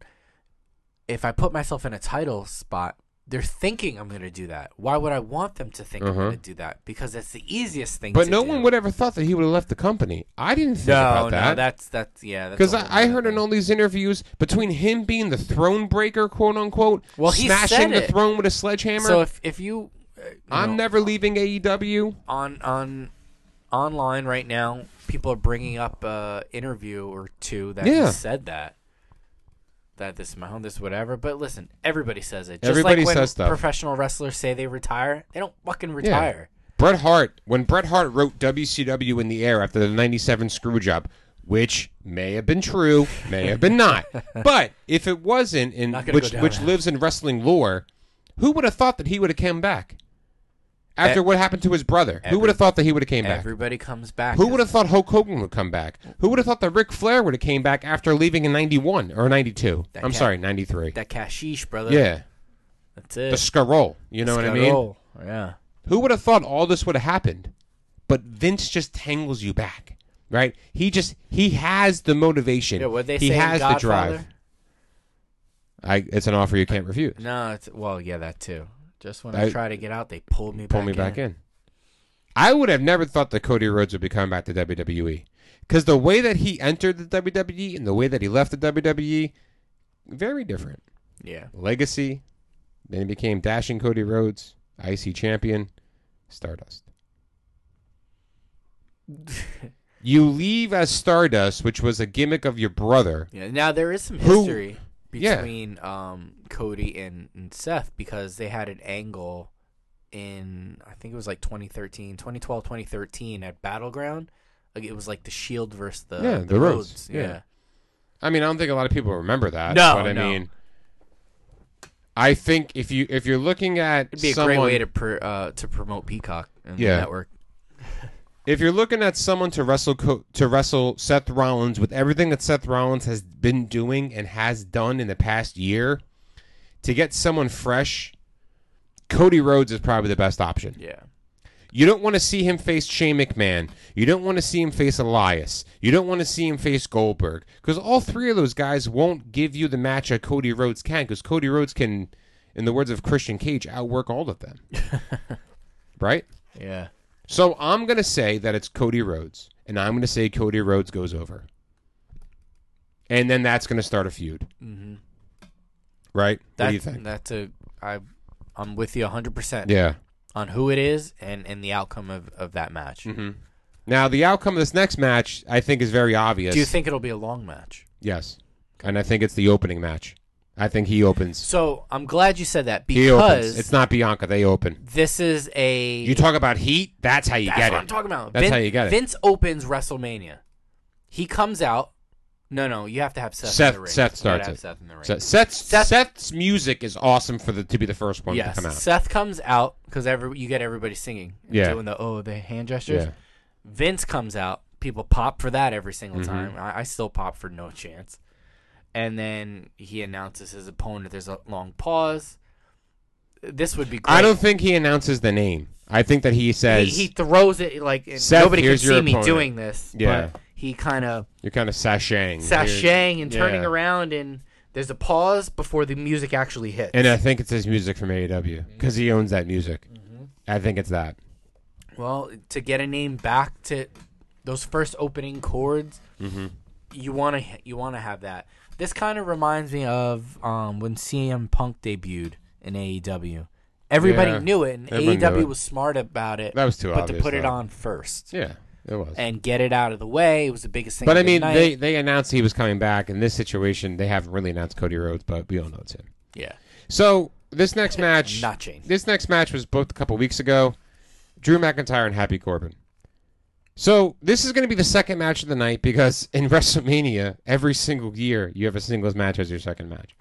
if I put myself in a title spot, they're thinking I'm going to do that. Why would I want them to think I'm going to do that? Because it's the easiest thing.
Uh-huh. But
to
no
do.
one would ever thought that he would have left the company. I didn't think
No,
about
no,
that.
that's that's yeah. that's
Because
a whole
I, I
nother
heard in
thing.
all these interviews between him being the throne breaker, quote unquote,
Well, he
smashing
said
the
it.
throne with a sledgehammer.
So if if you, uh, you
I'm
know,
never leaving E AEW.
on on online right now, people are bringing up a interview or two that
Yeah.
he said that. That this is my home, this is whatever. But listen, everybody says it. Just
Everybody
like when
says stuff.
professional wrestlers say they retire, they don't fucking
Yeah.
retire.
Bret Hart, when Bret Hart wrote WCW in the air after the 97 screw job, which may have been true, may have been
[laughs]
not. But if it wasn't, and
Not gonna
which,
go down
which
that.
lives in wrestling lore, who would have thought that he would have come back? After
Ev-
what happened to his brother, who
every-
would have thought that he would have came back?
Everybody comes back.
Who would have thought Hulk Hogan would come back? Who would have thought that Ric Flair would have came back after leaving in '91 or '92? I'm
cat-
sorry, '93.
that cashish, brother?
Yeah,
that's it.
the Scarole. You know what I mean?
Scarole. Yeah.
Who would have thought all this would have happened? But Vince just tangles you back, right? He just he has the motivation.
Yeah. What they
he
say
has
in Godfather?
the drive. I, it's an offer you can't refuse.
No, it's well, yeah, that too. Just when I,
I-
try to get out, they pulled me
Pull
back
me back
in.
in. I would have never thought that Cody Rhodes would be coming back to WWE because the way that he entered the WWE and the way that he left the WWE, very different.
Yeah.
Legacy. Then he became Dashing Cody Rhodes, IC Champion, Stardust.
[laughs]
you leave as Stardust, which was a gimmick of your brother.
Yeah. Now there is some
Who-
history
Yeah.
between um, Cody and, and Seth because they had an angle in I think it was like 2013, 2012, 2013 at Battleground. Like it was like the Shield versus the
Yeah, the Rhodes, yeah. I mean, I don't think a lot of people remember that.
No,
but I
no.
mean, I think if you if you're looking at
It'd be a
someone,
great way to pr- uh, to promote Peacock and
Yeah.
the network.
if you're looking at someone to wrestle co- to wrestle Seth Rollins with everything that Seth Rollins has been doing and has done in the past year, to get someone fresh, Cody Rhodes is probably the best option.
Yeah.
You don't want to see him face Shane McMahon. You don't want to see him face Elias. You don't want to see him face Goldberg because all three of those guys won't give you the match that Cody Rhodes can because Cody Rhodes can, in the words of Christian Cage, outwork all of them. right.
Yeah.
So I'm going to say that it's Cody Rhodes, and I'm going to say Cody Rhodes goes over. And then that's going to start a feud. Mm-hmm. Right?
That,
what do you think?
That's a I I'm with you 100%
yeah.
on who it is and and the outcome of, of that match.
Mm-hmm. Now, the outcome of this next match, I think, is very obvious.
Do you think it'll be a long match?
Yes. And I think it's the opening match. I think he opens.
So, I'm glad you said that
He opens.
because
It's not Bianca. They open.
this is a
You talk about heat, that's how you
That's
get
what
it.
I'm talking about.
That's
Vin-
how you get it.
Vince opens WrestleMania. He comes out. No, no, you have to have Seth. in the
Seth,
ring.
Seth
You gotta
starts
have
it.
Seth in the ring.
Se- Seth's,
Seth-
Seth's music is awesome for the to be the first one
yes,
to come out.
Seth comes out because every you get everybody singing. and
Yeah.
doing the oh the hand gestures.
Yeah.
Vince comes out. People pop for that every single
Mm-hmm.
time. I, I still pop for no chance. And then he announces his opponent. There's a long pause. This would be great.
I don't think he announces the name. I think that he
He,
says
he throws it like and
Seth,
nobody can
here's
see
your
me
opponent.
doing this.
Yeah.
but he kind of
you're kind of sashaying,
sashaying and turning
Yeah.
around and there's a pause before the music actually hits.
And I think it's his music from AEW because he owns that music.
Mm-hmm.
I think it's that.
well, to get a name back to those first opening chords,
Mm-hmm.
you want to you want to have that. This kind of reminds me of um, when CM Punk debuted in AEW. Everybody
Yeah.
knew it, and
Everyone knew
AEW
it.
was smart about it.
That was too
but to
obvious,
put it
though.
on first,
Yeah. It was.
and get it out of the way. It was the biggest thing.
But
of
I
the
mean,
night.
they, they announced he was coming back. In this situation, they haven't really announced Cody Rhodes, but we all know it's him.
yeah,
So this next match,
Not changed.
This next match was booked a couple weeks ago. Drew McIntyre and Happy Corbin. So this is going to be the second match of the night because [laughs] in WrestleMania, every single year you have a singles match as your second match.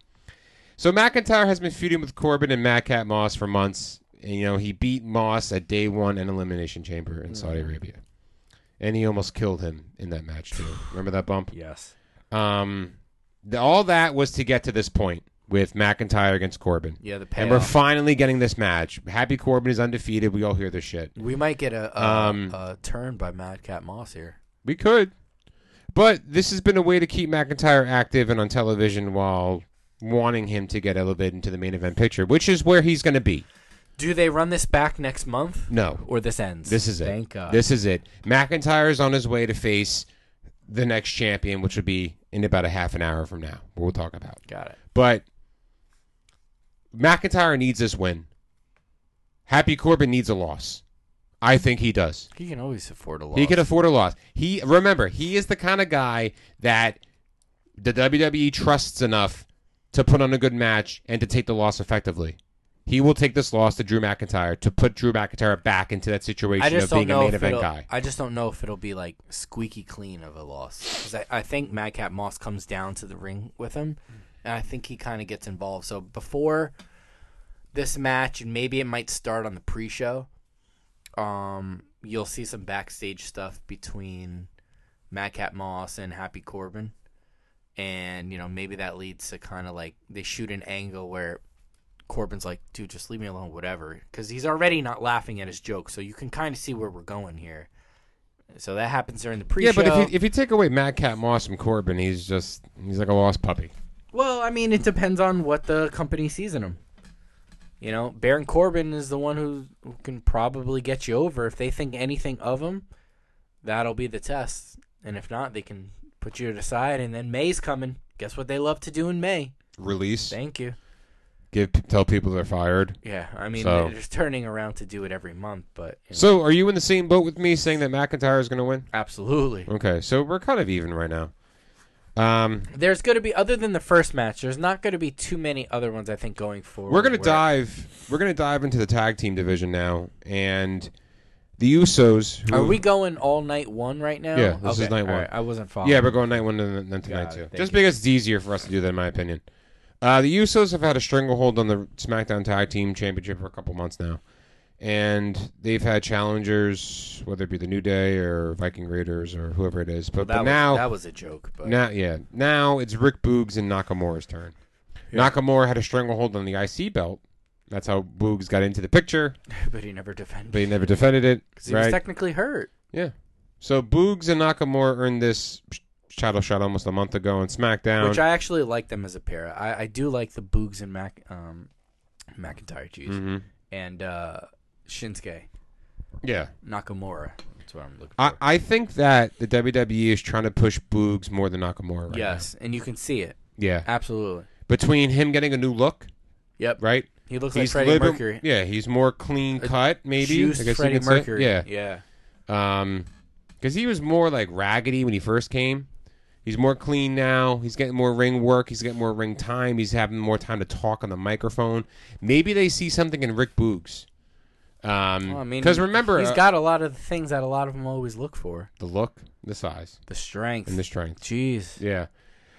So McIntyre has been feuding with Corbin and Madcap Moss for months. And, you know, he beat Moss at Day One and Elimination Chamber in Saudi
Mm.
Arabia, and he almost killed him in that match too. Remember that bump?
yes,
Um, the, all that was to get to this point with McIntyre against Corbin.
yeah. The
and we're
payoff.
finally getting this match. Happy Corbin is undefeated. We all hear this shit.
we might get a, a,
Um,
a turn by Madcap Moss here.
We could, but this has been a way to keep McIntyre active and on television while wanting him to get elevated into the main event picture, which is where he's going to be.
Do they run this back next month?
No,
or this ends.
this is it.
Thank God.
This is it. McIntyre is on his way to face the next champion, which will be in about a half an hour from now. We'll talk about.
got it.
But McIntyre needs this win. Happy Corbin needs a loss. I think he does.
He can always afford a loss.
He can afford a loss. He remember he is the kind of guy that the WWE trusts enough to put on a good match and to take the loss effectively. He will take this loss to Drew McIntyre to put Drew McIntyre back into that
I
situation
just
of
don't
being a
know
main
if
event
it'll,
guy.
I just don't know if it'll be like squeaky clean of a loss 'Cause I, I think Madcap Moss comes down to the ring with him, and I think he kind of gets involved. So before this match, and maybe it might start on the pre-show. Um, you'll see some backstage stuff between Madcap Moss and Happy Corbin, and you know maybe that leads to kind of like they shoot an angle where Corbin's like, dude, just leave me alone, whatever. Because he's already not laughing at his joke, so you can kind of see where we're going here. So that happens during the pre-show.
Yeah, but if you, if you take away Madcap Moss from Corbin, he's just he's like a lost puppy.
well, I mean, it depends on what the company sees in him. You know, Baron Corbin is the one who, who can probably get you over. If they think anything of him, that'll be the test. And if not, they can put you aside. And then May's coming. Guess what they love to do in May?
Release,
Thank you.
give tell people they're fired.
Yeah, I mean,
So-
they're just turning around to do it every month, but you know,
So, are you in the same boat with me saying that McIntyre is going to win?
absolutely.
Okay, so we're kind of even right now. Um,
there's going to be other than the first match. There's not going to be too many other ones. I think going forward.
we're going to
where-
dive. We're going to dive into the tag team division now, and the Usos. Who,
Are we going all night one right now?
Yeah, this is night one.
alright, I wasn't following.
Yeah, we're going night one and then to night
Got it,
two,
thank
just
you.
because it's easier for us to do that, in my opinion. Uh, the Usos have had a stranglehold on the SmackDown Tag Team Championship for a couple months now, and they've had challengers, whether it be the New Day or Viking Raiders or whoever it is. But,
that
but
was,
now
that was a joke. But [laughs]
Now, yeah. Now it's Rick Boogs and Nakamura's turn. Nakamura had a stranglehold on the IC belt. That's how Boogs got into the picture,
but he never defended.
but he never defended it.
'Cause he was
Right?
technically hurt.
yeah. So Boogs and Nakamura earned this sh- title shot almost a month ago on SmackDown.
Which I actually like them as a pair. I, I do like the Boogs and Mac um, McIntyre cheese
Mm-hmm.
and uh, Shinsuke
yeah.
Nakamura. That's what I'm looking.
I, I think that the WWE is trying to push Boogs more than Nakamura right
yes, and you can see it
now. Yeah.
absolutely.
Between him getting a new look,
Yep.
right?
He looks like Freddie
living-
Mercury.
Yeah, he's more clean cut, maybe.
Juiced
I guess you
Freddie
could say.
Mercury.
Yeah.
Yeah.
Um, because he was more like raggedy when he first came. He's more clean now. He's getting more ring work. He's getting more ring time. He's having more time to talk on the microphone. Maybe they see something in Rick Boogs. Um,
Well, I mean,
because remember
he's
uh,
got a lot of the things that a lot of them always look for:
the look, the size,
the strength.
and the strength.
Jeez,
Yeah,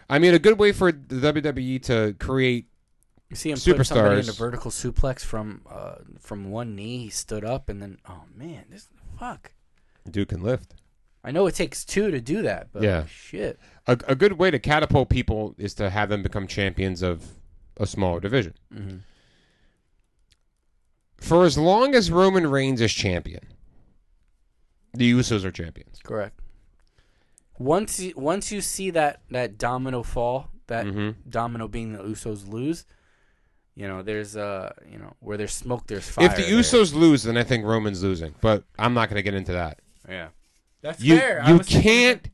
I mean, a good way for the WWE to create.
you see him put somebody in a
Superstars.
vertical suplex from uh, from one knee. He stood up and then, oh man, this fuck.
Duke can lift.
I know it takes two to do that, but
Yeah.
shit.
A, a good way to catapult people is to have them become champions of a smaller division.
Mhm.
For as long as Roman Reigns is champion, the Usos are champions.
Correct. Once you, once you see that that domino fall, that
Mm-hmm.
domino being the Usos lose, you know there's uh you know where there's smoke, there's fire.
if the
there.
Usos lose, then I think Roman's losing. But I'm not going to get into that.
yeah, that's
You
fair. I
you
was thinking-
can't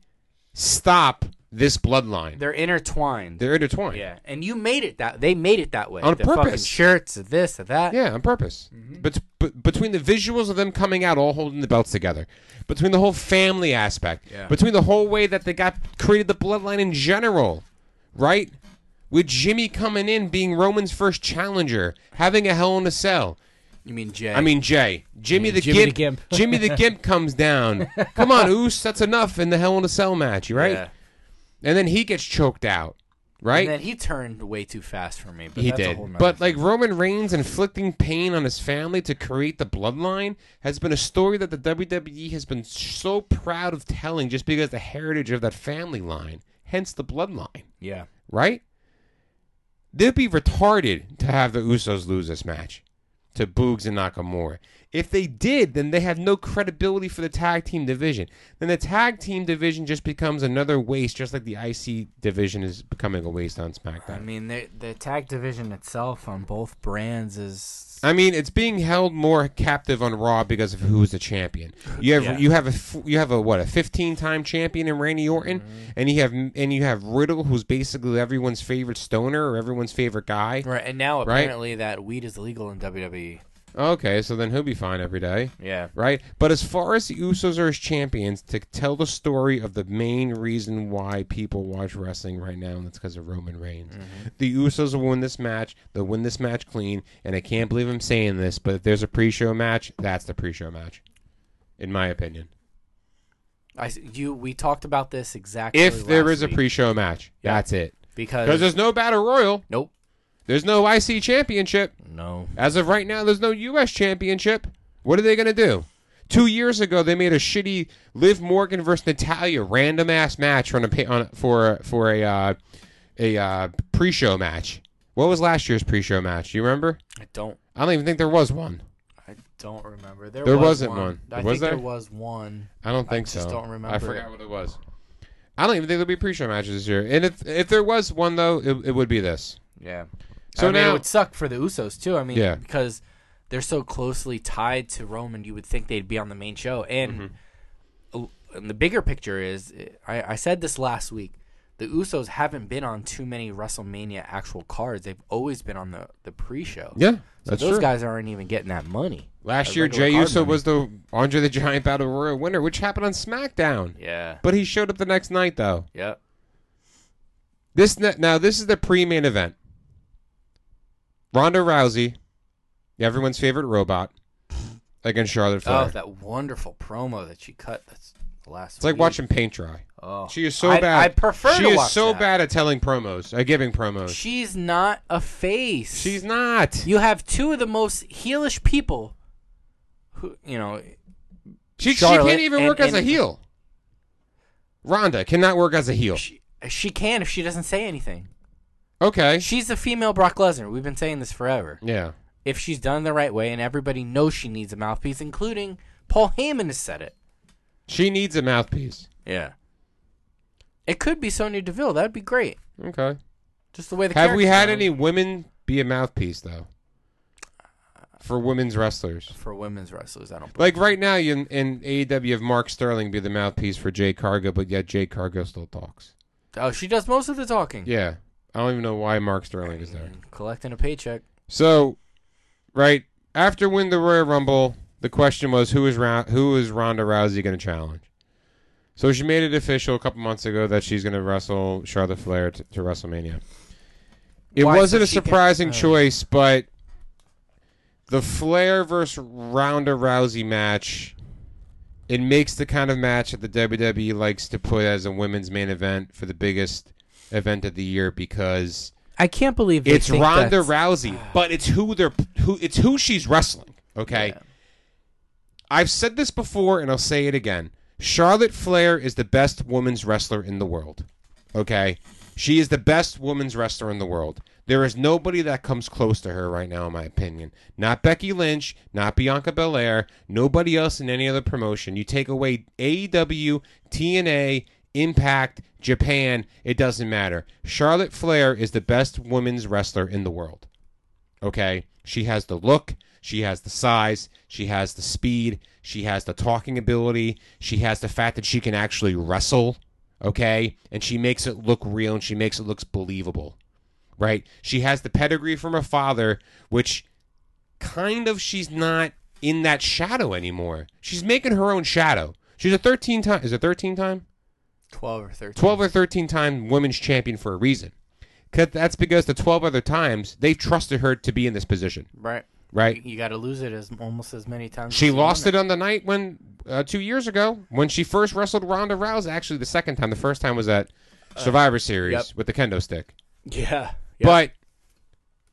stop this bloodline. They're,
They're intertwined.
intertwined.
yeah, and you made it that they made it that way
On
the Fucking
purpose.
shirts, the this, the that.
Yeah, on purpose.
Mm-hmm.
But, but between the visuals of them coming out all holding the belts together, between the whole family aspect,
Yeah.
between the whole way that they got created the bloodline in general, right? With Jimmy coming in being Roman's first challenger, having a hell in a cell.
You mean Jay?
I mean Jay, Jimmy the
Jimmy the
Gimp,
Gimp.
[laughs] Jimmy the Gimp comes down. Come
[laughs]
on, Oos, that's enough in the Hell in a Cell match, right?
Yeah.
And then he gets choked out, right?
And then he turned way too fast for me. But
He
that's A whole
did.
nother
But
thing.
like Roman Reigns inflicting pain on his family to create the bloodline has been a story that the WWE has been so proud of telling just because the heritage of that family line, hence the bloodline,
yeah,
right? They'd be retarded to have the Usos lose this match to Boogs and Nakamura. If they did, then they have no credibility for the tag team division. Then the tag team division just becomes another waste, just like the IC division is becoming a waste on SmackDown.
I mean the the tag division itself on both brands is
I mean, it's being held more captive on Raw because of who's the champion. You have
Yeah.
you have a f- you have a what a fifteen time champion in Randy Orton,
Mm-hmm.
and you have and you have Riddle, who's basically everyone's favorite stoner or everyone's favorite guy.
right. And now
Right.
apparently that weed is legal in E. WWE.
Okay, so then he'll be fine every day,
Yeah,
right? But as far as the Usos are as champions, to tell the story of the main reason why people watch wrestling right now, and that's because of Roman Reigns.
Mm-hmm.
The Usos will win this match. They'll win this match clean, and I can't believe I'm saying this, but if there's a pre-show match, that's the pre-show match. in my opinion.
I s- you we talked about this exactly.
If there
last
is a
week
pre-show match,
Yeah.
that's it. Because
because
there's no battle royal,
nope,
there's no IC championship.
no,
As of right now, there's no U.S. championship. What are they gonna do? Two years ago, they made a shitty Liv Morgan versus Natalia random ass match on a pa- on for for a uh, a uh, pre-show match. What was last year's pre-show match? Do you remember?
I don't.
I don't even think there was one.
I don't remember. There,
There
was
wasn't
one.
one.
I
Was
think there?
there? Uh,
was one.
I don't think
just
so.
don't remember
I
it.
forgot what it was. I don't even think there'll be pre-show matches this year. And if if there was one though, it, it would be this.
Yeah.
So
So I mean,
now-
it would suck for the Usos too. I mean,
Yeah.
because they're so closely tied to Roman, you would think they'd be on the main show. And,
Mm-hmm.
and the bigger picture is, eh, I, I said this last week. The Usos haven't been on too many WrestleMania actual cards. They've always been on the, the pre-show.
Yeah,
so
that's
those
true.
guys aren't even getting that money.
Last
That
year,
regular
Jay
card
Uso
money.
was the Andre the Giant Battle Royal winner, which happened on SmackDown.
Yeah.
But he showed up the next night, though.
Yep.
This ne- now this is the pre-main event. Ronda Rousey, everyone's favorite robot, against Charlotte Flair.
Oh, that wonderful promo that she cut. That's the last.
it's like
week.
watching paint dry.
Oh.
She is so
I-
bad.
I prefer
She
to
is
watch
so
that.
bad at telling promos, at giving promos.
She's not a face.
She's not.
You have two of the most heelish people who, you know,
She, she
Charlotte
can't even
and-
work as a
and-
heel. Ronda cannot work as a heel.
she, she can if she doesn't say anything.
Okay.
She's the female Brock Lesnar. We've been saying this forever.
Yeah.
If she's done the right way, and everybody knows she needs a mouthpiece, including Paul Heyman has said it.
She needs a mouthpiece.
Yeah. It could be Sonya Deville. That'd be great.
Okay.
Just the way the
Have we
character's
had
done.
any women be a mouthpiece though? For women's wrestlers,
for women's wrestlers? I don't.
like right now, you in, in AEW you have Mark Sterling be the mouthpiece for Jay Cargo, but yet Jay Cargo still talks.
Oh, she does most of the talking.
Yeah, I don't even know why Mark Sterling is there.
Collecting a paycheck.
So, right after win the Royal Rumble, the question was who is Ra- who is Ronda Rousey going to challenge? So she made it official a couple months ago that she's going to wrestle Charlotte Flair t- to WrestleMania. It
Why, so
wasn't a
she can-
surprising
oh.
choice, but the Flair versus Ronda Rousey match. It makes the kind of match that the WWE likes to put as a women's main event for the biggest event of the year because
I can't believe they
it's
think
Ronda
that's- [sighs]
Rousey, but it's who they're who it's who she's wrestling. Okay,
Yeah.
I've said this before, and I'll say it again. Charlotte Flair is the best women's wrestler in the world. Okay, she is the best women's wrestler in the world. There is nobody that comes close to her right now, in my opinion. Not Becky Lynch, not Bianca Belair, nobody else in any other promotion. You take away E AEW, TNA, Impact, Japan, it doesn't matter. Charlotte Flair is the best women's wrestler in the world. Okay? She has the look, she has the size, she has the speed, she has the talking ability, she has the fact that she can actually wrestle. okay? And she makes it look real and she makes it look believable, right? She has the pedigree from her father, which kind of she's not in that shadow anymore. She's making her own shadow. She's a 13 time. Is it 13 time?
12 or 13.
12 or 13 time women's champion for a reason. 'Cause that's because the 12 other times they trusted her to be in this position,
Right.
right?
You got to lose it as almost as many times.
She
as you
lost
won
it on the night when uh, two years ago when she first wrestled Ronda Rousey. Actually, the second time. The first time was at Survivor Series
yep.
with the kendo stick.
Yeah. yeah.
But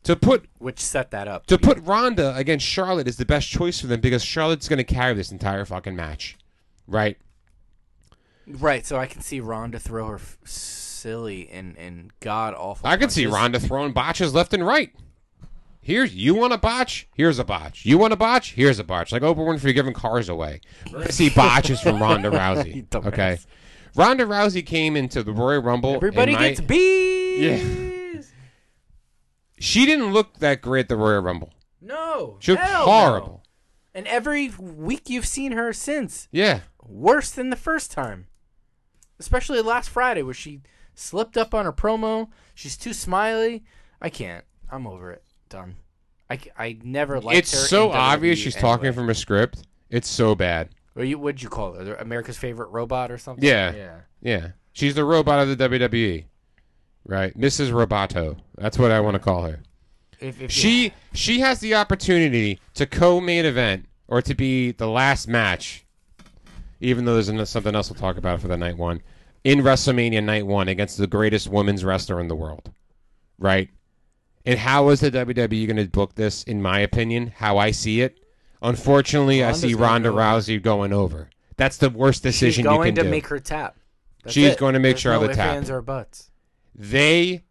to put
which set that up.
to put Ronda against Charlotte is the best choice for them because Charlotte's going to carry this entire fucking match, right?
Right. So I can see Ronda throw her f- silly and and god awful.
I could see
punches.
Ronda throwing botches left and right. Here's you want a botch? Here's a botch. You want a botch? Here's a botch. Like Oprah Winfrey giving cars away. We're gonna see botches from
[laughs]
Ronda Rousey.
Dumbass.
Okay. Ronda Rousey came into the Royal Rumble. in
Everybody
my-
gets bees.
She didn't look that great at the Royal Rumble.
No.
She looked
hell no.
horrible.
And every week you've seen her since,
Yeah.
worse than the first time. Especially last Friday where she slipped up on her promo. She's too smiley. I can't. I'm over it. Done. I, c- I never liked
it's
her. in E
so
WWE
obvious she's
anyway.
talking from a script. It's so bad.
What you, what'd you call her? The- America's favorite robot or something?
Yeah.
Yeah.
Yeah. She's the robot of the WWE. Right? Mrs. Roboto. That's what I want to call her.
If, if
She she has the opportunity to co-main event or to be the last match, even though there's an- something else we'll talk about for the night one in WrestleMania night one against the greatest women's wrestler in the world, right? And how is the WWE going to book this? In my opinion, how I see it, unfortunately,
Ronda's
I see
gonna
Ronda
go over.
Rousey going over. That's the worst
she's
decision you can
going to
do.
make her tap. That's
She's
it.
going to make
There's
sure
no
the
ifs,
tap.
ands, or buts.
they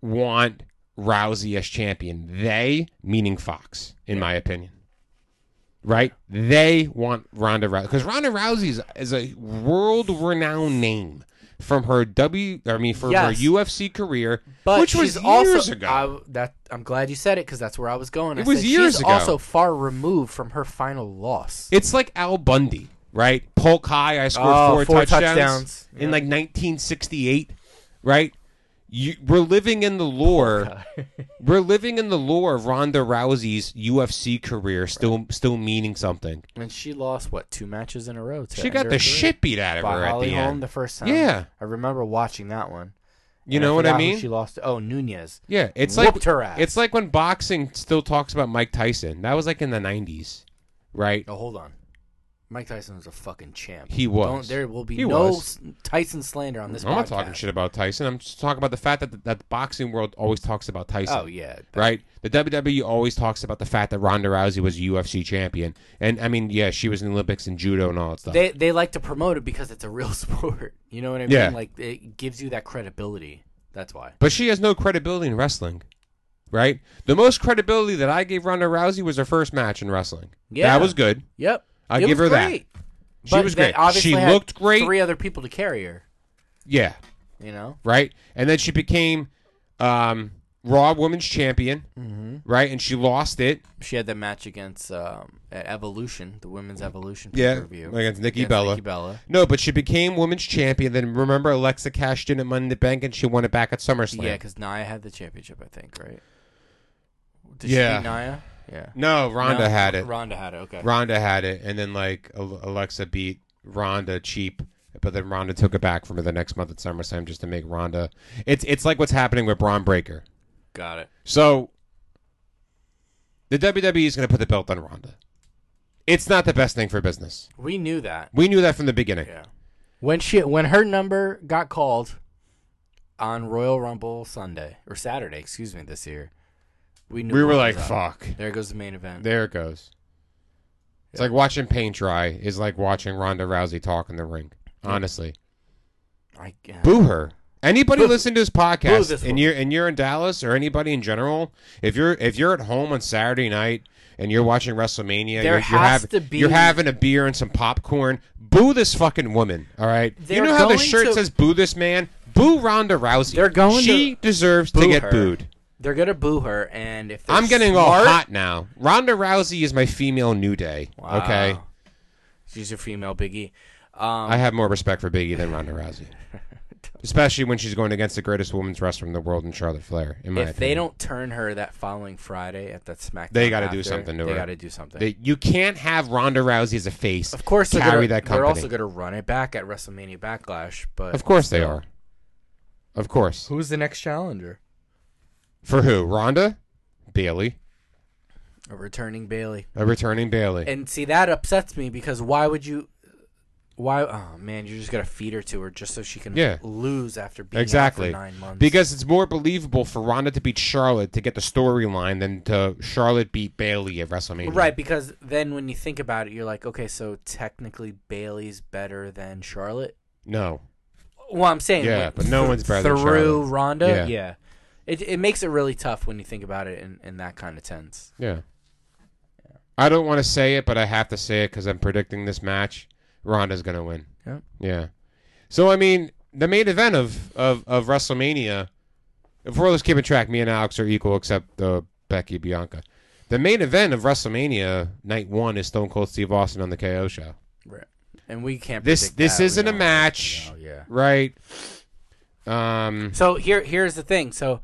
want Rousey as champion. They, meaning Fox, in my opinion. Right? They want Ronda Rousey because Ronda Rousey is, is a world-renowned name from her W. I mean, from
Yes.
her UFC career,
But
which was
she's
years
also,
ago.
I, that I'm glad you said it because that's where I was going. I
It was
said
years
she's
ago.
also far removed from her final loss.
It's like Al Bundy, right? Polk High, I scored
Oh,
four
four
touchdowns,
touchdowns.
in like 1968, right? You, we're living in the lore.
[laughs]
we're living in the lore of Ronda Rousey's UFC career, still still meaning something.
And she lost what two matches in a row. To
She
end
got
her
the
career.
shit beat out of her
by
at
Holly
the
Holm
end.
the first time.
Yeah.
I remember watching that one.
you
And
know what I
forgot who
mean?
She lost. To. Oh, Nunez.
yeah, it's
whooped
like
her ass.
it's like when boxing still talks about Mike Tyson. That was like in the 90s, right?
Oh, hold on. Mike Tyson was a fucking champ.
He was.
Don't, there will be
He
no
was.
s- Tyson slander on this.
I'm not
podcast.
talking shit about Tyson. I'm just talking about the fact that the, that the boxing world always talks about Tyson.
Oh yeah.
right? The WWE always talks about the fact that Ronda Rousey was a UFC champion, and I mean, yeah, she was in the Olympics in judo and all that stuff.
They they like to promote it because it's a real [laughs] sport. You know what I mean?
Yeah.
Like it gives you that credibility. That's why.
but she has no credibility in wrestling, right? The most credibility that I gave Ronda Rousey was her first match in wrestling.
Yeah.
that was good.
Yep.
I'll
It
give her
was
that.
great.
She
But
was
they
great.
obviously
She
had
looked great.
Three other people to carry her.
Yeah,
You know.
right. And then she became um, Raw Women's Champion,
Mm-hmm.
right? And she lost it.
She had that match against um, at Evolution, the women's Evolution
Yeah,
pay-per-view.
against Nikki Bella.
Nikki Bella.
No, but she became women's champion. Then remember, Alexa cashed in at Money in the Bank, and she won it back at SummerSlam.
Yeah, because Naya had the championship, I think, right? Did
Yeah.
she beat Naya? Yeah.
no, Ronda
No,
had it.
Ronda had it. Okay.
Ronda had it, and then like Al- Alexa beat Ronda cheap, but then Ronda took it back from her the next month at SummerSlam just to make Ronda. It's it's like what's happening with Braun Breaker.
Got it.
So the WWE is going to put the belt on Ronda. It's not the best thing for business.
We knew that.
We knew that from the beginning.
Yeah. When she when her number got called on Royal Rumble Sunday or Saturday, excuse me, this year, we knew
we were
what
like,
was up.
"Fuck,
There goes the main event.
there it goes." It's like watching paint dry is like watching Ronda Rousey talk in the ring. Honestly,
I, yeah.
Boo her. Anybody
Boo-
listening to this
boo
podcast
this
and
woman.
you're and you're in Dallas or anybody in general, if you're if you're at home on Saturday night and you're watching WrestleMania,
There
you're, you're
has
having
to be-
you're having a beer and some popcorn, boo this fucking woman, all right?
They're
you know how the
going
shirt
to-
says boo this man? Boo Ronda Rousey.
They're going
She deserves to
boo
get
her.
booed.
They're gonna boo her, and if they're
I'm getting all
smart-
hot now. Ronda Rousey is my female new day. Okay.
Wow. she's a female biggie. um,
I have more respect for Biggie than Ronda
[laughs]
Rousey, especially when she's going against the greatest women's wrestler in the world, in Charlotte Flair. In my
if
opinion.
they don't turn her that following Friday at that SmackDown,
They gotta
after,
do something to
They
her.
got to do something.
They- you can't have Ronda Rousey as a face.
of course, they're
carry
gonna,
that company.
They're also going to run it back at WrestleMania Backlash. But
of course they are. Of course.
who's the next challenger?
For who? Ronda, Bailey,
A returning Bailey.
a returning Bailey.
And see, that upsets me because why would you? Why? Oh man, you're just gonna feed her to her just so she can
Yeah.
lose after being out for
Exactly.
nine months.
Because it's more believable for Ronda to beat Charlotte to get the storyline than to Charlotte beat Bailey at WrestleMania.
right, because then when you think about it, you're like, okay, so technically Bailey's better than Charlotte.
No.
Well, I'm saying
Yeah,
like,
but no one's better than
through
Charlotte.
Ronda.
Yeah.
Yeah. It, it makes it really tough when you think about it in, in that kind of tense.
Yeah. I don't want to say it, but I have to say it because I'm predicting this match. Ronda's gonna win.
Yeah.
Yeah. So I mean, the main event of of, of WrestleMania. If we're just keeping track, me and Alex are equal except uh, Becky Bianca. The main event of WrestleMania night one is Stone Cold Steve Austin on the KO show.
Right. And we can't.
This
predict
this
that. We
isn't a
don't-
match,
Oh yeah.
right? Um,
So here here's the thing. So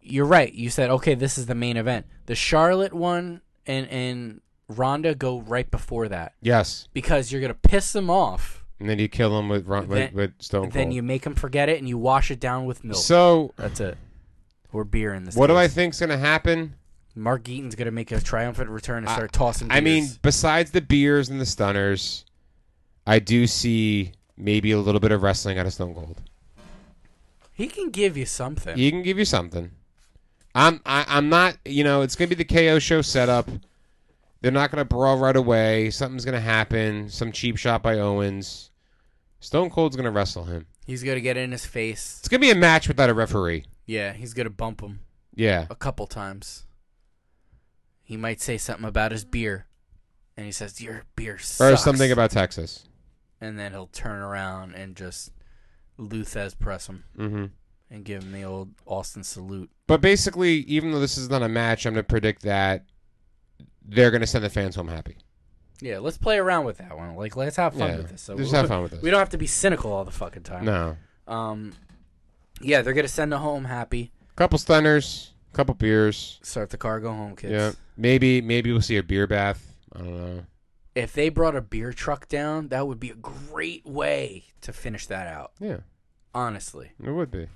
you're right. You said okay, this is the main event. The Charlotte one and and Ronda go right before that
yes,
because you're gonna piss them off.
and then you kill him with Ron,
Then-
with, with Stone Cold.
Then you make them forget it and you wash it down with milk.
so
That's it. Or beer in this.
what do I
case.
think's gonna happen?
Mark Eaton's gonna make a triumphant return and start tossing.
I mean,
beers.
besides the beers and the stunners, I do see maybe a little bit of wrestling out of Stone Cold.
he can give you something.
He can give you something. I'm I, I'm not you know it's gonna be the KO show setup. They're not gonna brawl right away. Something's gonna happen. Some cheap shot by Owens. Stone Cold's gonna wrestle him.
He's gonna get in his face.
It's gonna be a match without a referee.
Yeah, he's gonna bump him
Yeah,
a couple times. He might say something about his beer, and he says, "Your beer sucks,"
or something about Texas.
and then he'll turn around and just Luthez press him
Mm-hmm.
and give him the old Austin salute.
But basically, even though this is not a match, I'm gonna predict that they're gonna send the fans home happy.
Yeah, let's play around with that one. Like, let's have fun
Yeah,
with this.
just have fun with this.
We don't have to be cynical all the fucking time.
No,
Um, yeah, they're gonna send a home happy.
couple stunners, couple beers.
Start the car, go home, kids.
Yeah, maybe maybe we'll see a beer bath. I don't know.
If they brought a beer truck down, that would be a great way to finish that out.
Yeah,
Honestly.
it would be.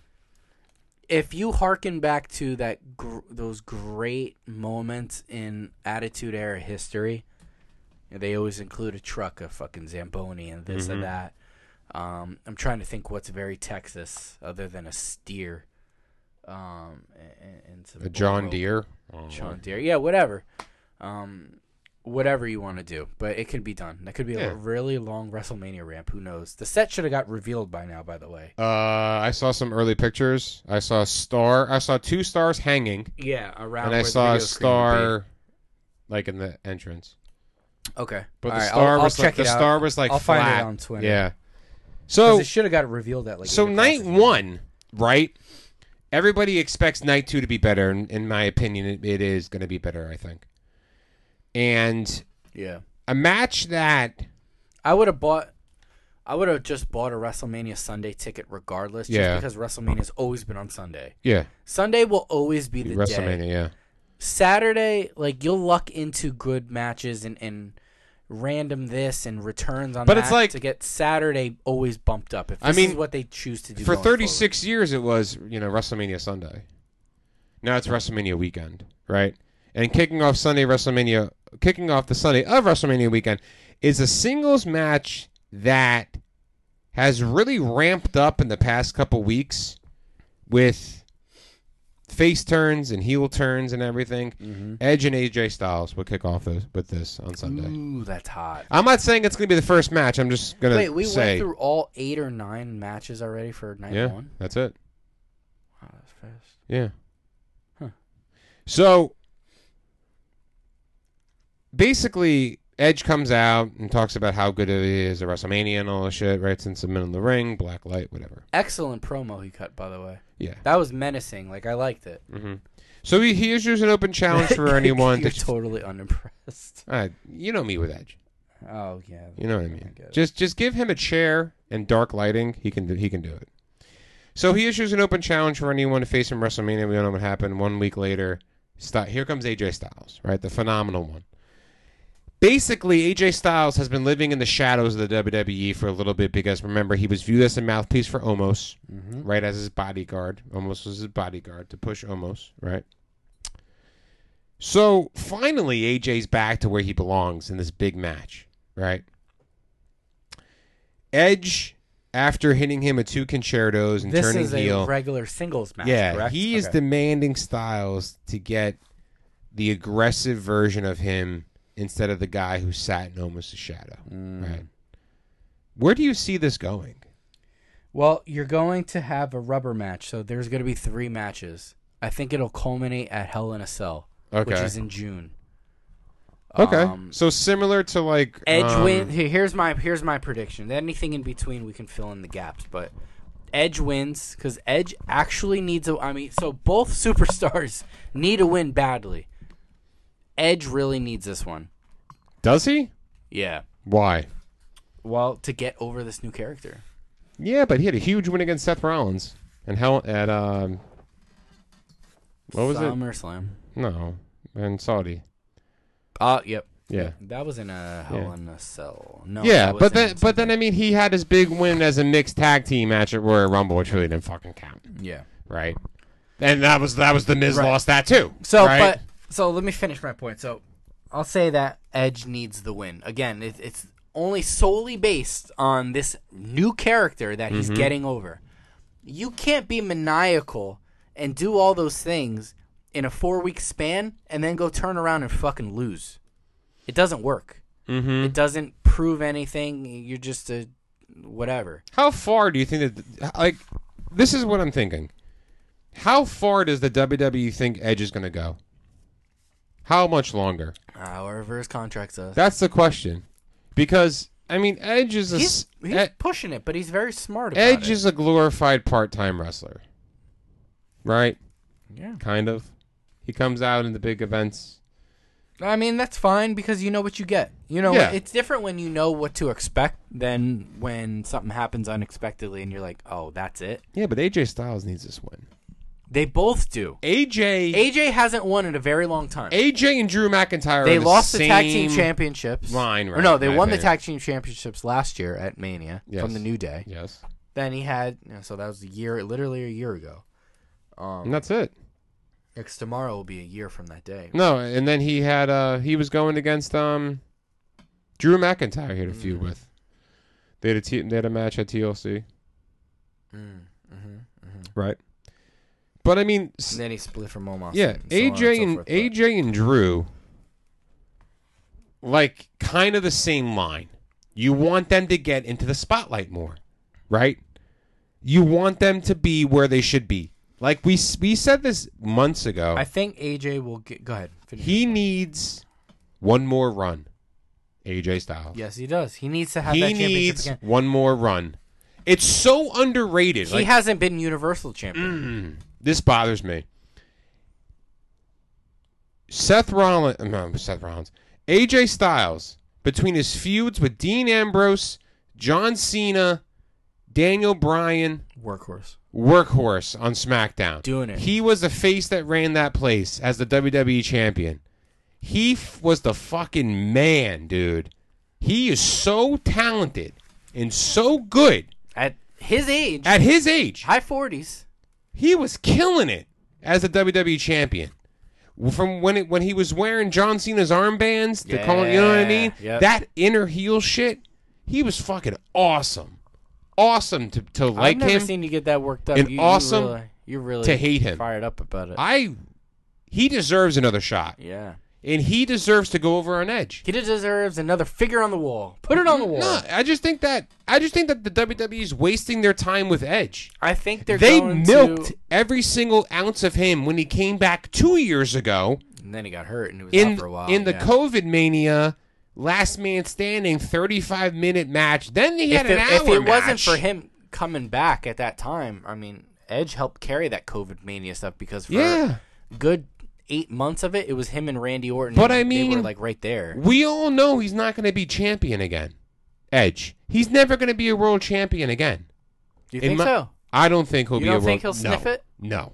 if you hearken back to that gr- those great moments in Attitude Era history, they always include a truck, a fucking Zamboni, and this
Mm-hmm.
and that. Um, I'm trying to think what's very Texas other than a steer, um, and, and some
A John
bull-
Deere. Oh,
John Deere, yeah, whatever, um, whatever you want to do, but it could be done. That could be
Yeah.
a really long WrestleMania ramp. Who knows? The set should have got revealed by now. By the way,
Uh, I saw some early pictures. I saw a star. I saw two stars hanging,
yeah, around.
and
where
I
the
saw a
video screen would be.
star, like in the entrance.
Okay.
But
All
the
right,
star
I'll, I'll
was like
check
the
it out.
star was like
I'll find
flat.
it on Twitter.
Yeah.
'Cause
So
it should have got revealed at like.
so
8 o'clock
night
this morning.
one, right? Everybody expects night two to be better, and in my opinion, it, it is going to be better. I think. And
Yeah.
a match that
I would have bought. I would have just bought a WrestleMania Sunday ticket regardless, just
Yeah.
because WrestleMania's always been on Sunday.
yeah
Sunday will always be the
WrestleMania
day.
yeah
Saturday, like you'll luck into good matches and and random this and returns on.
But
that
it's like-
to get Saturday always bumped up. If this
I mean,
is what they choose to do
for
going
36 years it was you know WrestleMania Sunday now it's WrestleMania weekend right and kicking off Sunday WrestleMania kicking off the Sunday of WrestleMania weekend is a singles match that has really ramped up in the past couple weeks with face turns and heel turns and everything
Mm-hmm.
Edge and AJ Styles will kick off those, with this on Sunday
forward. Ooh, that's hot.
I'm not saying it's going to be the first match I'm just going to
Wait, we
say
went through all eight or nine matches already for night
yeah
one.
that's it
Wow, that's fast.
Yeah.
Huh.
So basically, Edge comes out and talks about how good it is at WrestleMania and all this shit, right? Since the men in the ring, black light, whatever.
Excellent promo he cut, by the way.
Yeah.
That was menacing. Like I liked it.
So he,
[laughs]
he issues an open challenge for anyone
You're
to.
totally unimpressed.
All right, you know me with Edge.
Oh yeah.
You know what I mean?
get it.
just just give him a chair and dark lighting. He can do, he can do it. So he issues an open challenge for anyone to face him at WrestleMania. We don't know what happened. One week later, Sty- here comes AJ Styles, right? The phenomenal one. Basically, AJ Styles has been living in the shadows of the WWE for a little bit because remember he was viewed as a mouthpiece for Omos,
Hmm?
right? As his bodyguard. Omos was his bodyguard to push Omos, right? So finally, AJ's back to where he belongs in this big match, right? Edge, after hitting him with two concertos and
This
turning
is
heel,
a regular singles match.
yeah,
correct?
he is
Okay.
demanding Styles to get the aggressive version of him instead of the guy who sat in almost a shadow.
Hmm.
Right? Where do you see this going?
Well, you're going to have a rubber match, so there's going to be three matches. I think it'll culminate at Hell in a Cell, which
Okay.
is in June.
Okay,
Um,
so similar to like
Edge
um,
win. here- Here's my here's my prediction. Anything in between, we can fill in the gaps. But Edge wins because Edge actually needs a. I mean, so both [laughs] superstars need a win badly. Edge really needs this one.
Does he?
Yeah.
Why?
Well, to get over this new character.
Yeah, but he had a huge win against Seth Rollins and hell at um. What was it?
SummerSlam.
No, in Saudi.
Uh, yep.
Yeah.
That was in a Hell
Yeah.
in a Cell. No.
Yeah,
Oh, that was
but
in
then, but
something.
then I mean, he had his big win as a mixed tag team match at Royal Rumble, which really didn't fucking count,
Yeah.
right? And that was that was the Miz
Right.
lost that too.
So,
right?
but so let me finish my point. So, I'll say that Edge needs the win again. It, it's only solely based on this new character that
Mm-hmm.
he's getting over. You can't be maniacal and do all those things in a four week span and then go turn around and fucking lose. It doesn't work. Mm-hmm. It doesn't prove anything. You're just a whatever.
how far do you think that like this is what I'm thinking? How far does the WWE think Edge is going to go? How much longer?
However, his contract says
That's the question. Because I mean, Edge is a
he's,
s-
he's
Ed-
pushing it, but he's very smart. About
Edge
it.
is a glorified part-time wrestler, right?
Yeah.
kind of. He comes out in the big events.
I mean, that's fine because you know what you get. You know,
Yeah.
it's different when you know what to expect than when something happens unexpectedly and you're like, oh, that's it.
Yeah, but AJ Styles needs this win.
They both do.
AJ
AJ hasn't won in a very long time.
AJ and Drew McIntyre.
they
are
lost the
same,
tag team championships.
line,
Or
right,
no, they
in my
won the
opinion.
tag team championships last year at Mania
Yes.
from the New Day.
Yes,
Then he had, you know, so that was a year, literally a year ago.
and that's it.
Because tomorrow will be a year from that day.
No, and then he had uh he was going against um Drew McIntyre. He had a
Mm.
feud with. They had a te- they had a match at TLC.
Mm, mm-hmm,
Right. But I mean, s-
And then he split from Omos.
Yeah,
and so on
AJ
so
and,
forth, but-
AJ and Drew, like kind of the same line. You want them to get into the spotlight more, right? You want them to be where they should be. Like we s- we said this months ago.
I think AJ will get. Go ahead. Finish.
he needs one more run. AJ Styles.
Yes, he does. He needs to have that
he
championship
needs
again.
one more run. It's so underrated.
He
like,
hasn't been Universal champion.
[clears throat] this bothers me. Seth Rollins, no, Seth Rollins, AJ Styles, between his feuds with Dean Ambrose, John Cena, Daniel Bryan,
Workhorse.
workhorse on SmackDown.
Doing it.
He was the face that ran that place as the WWE champion. He f- was the fucking man, dude. He is so talented and so good
At his age,
at his age.
high forties.
he was killing it as a WWE champion. From when it, when he was wearing John Cena's armbands to calling, you know what I
Yeah,
mean?
yep.
That inner heel shit, he was fucking awesome, awesome to to like
I've never
him.
seen you get that worked up.
and
You- you
awesome
really- you really
to hate him.
Fired up about it.
I he deserves another shot,
yeah,
and he deserves to go over on edge.
he deserves another figure on the wall. Put it on the wall.
No, I just think that I just think that the WWE is wasting their time with Edge.
I think they're
They
going
milked
To,
every single ounce of him when he came back two years ago.
and then he got hurt and he was
in
out for a while.
in the
yeah.
COVID mania, last man standing, thirty five minute match. Then he
if
had an
it, if
hour
it wasn't
match.
for him coming back at that time, I mean, Edge helped carry that COVID mania stuff because for
Yeah.
good eight months of it, it was him and Randy Orton.
But
and
I
they were
mean-
like right there.
We all know he's not going to be champion again. Edge. He's never going to be a world champion again.
Do you
In
think
my-
so?
I don't think he'll be
You don't
a
think
world.
he'll
no.
sniff it?
No,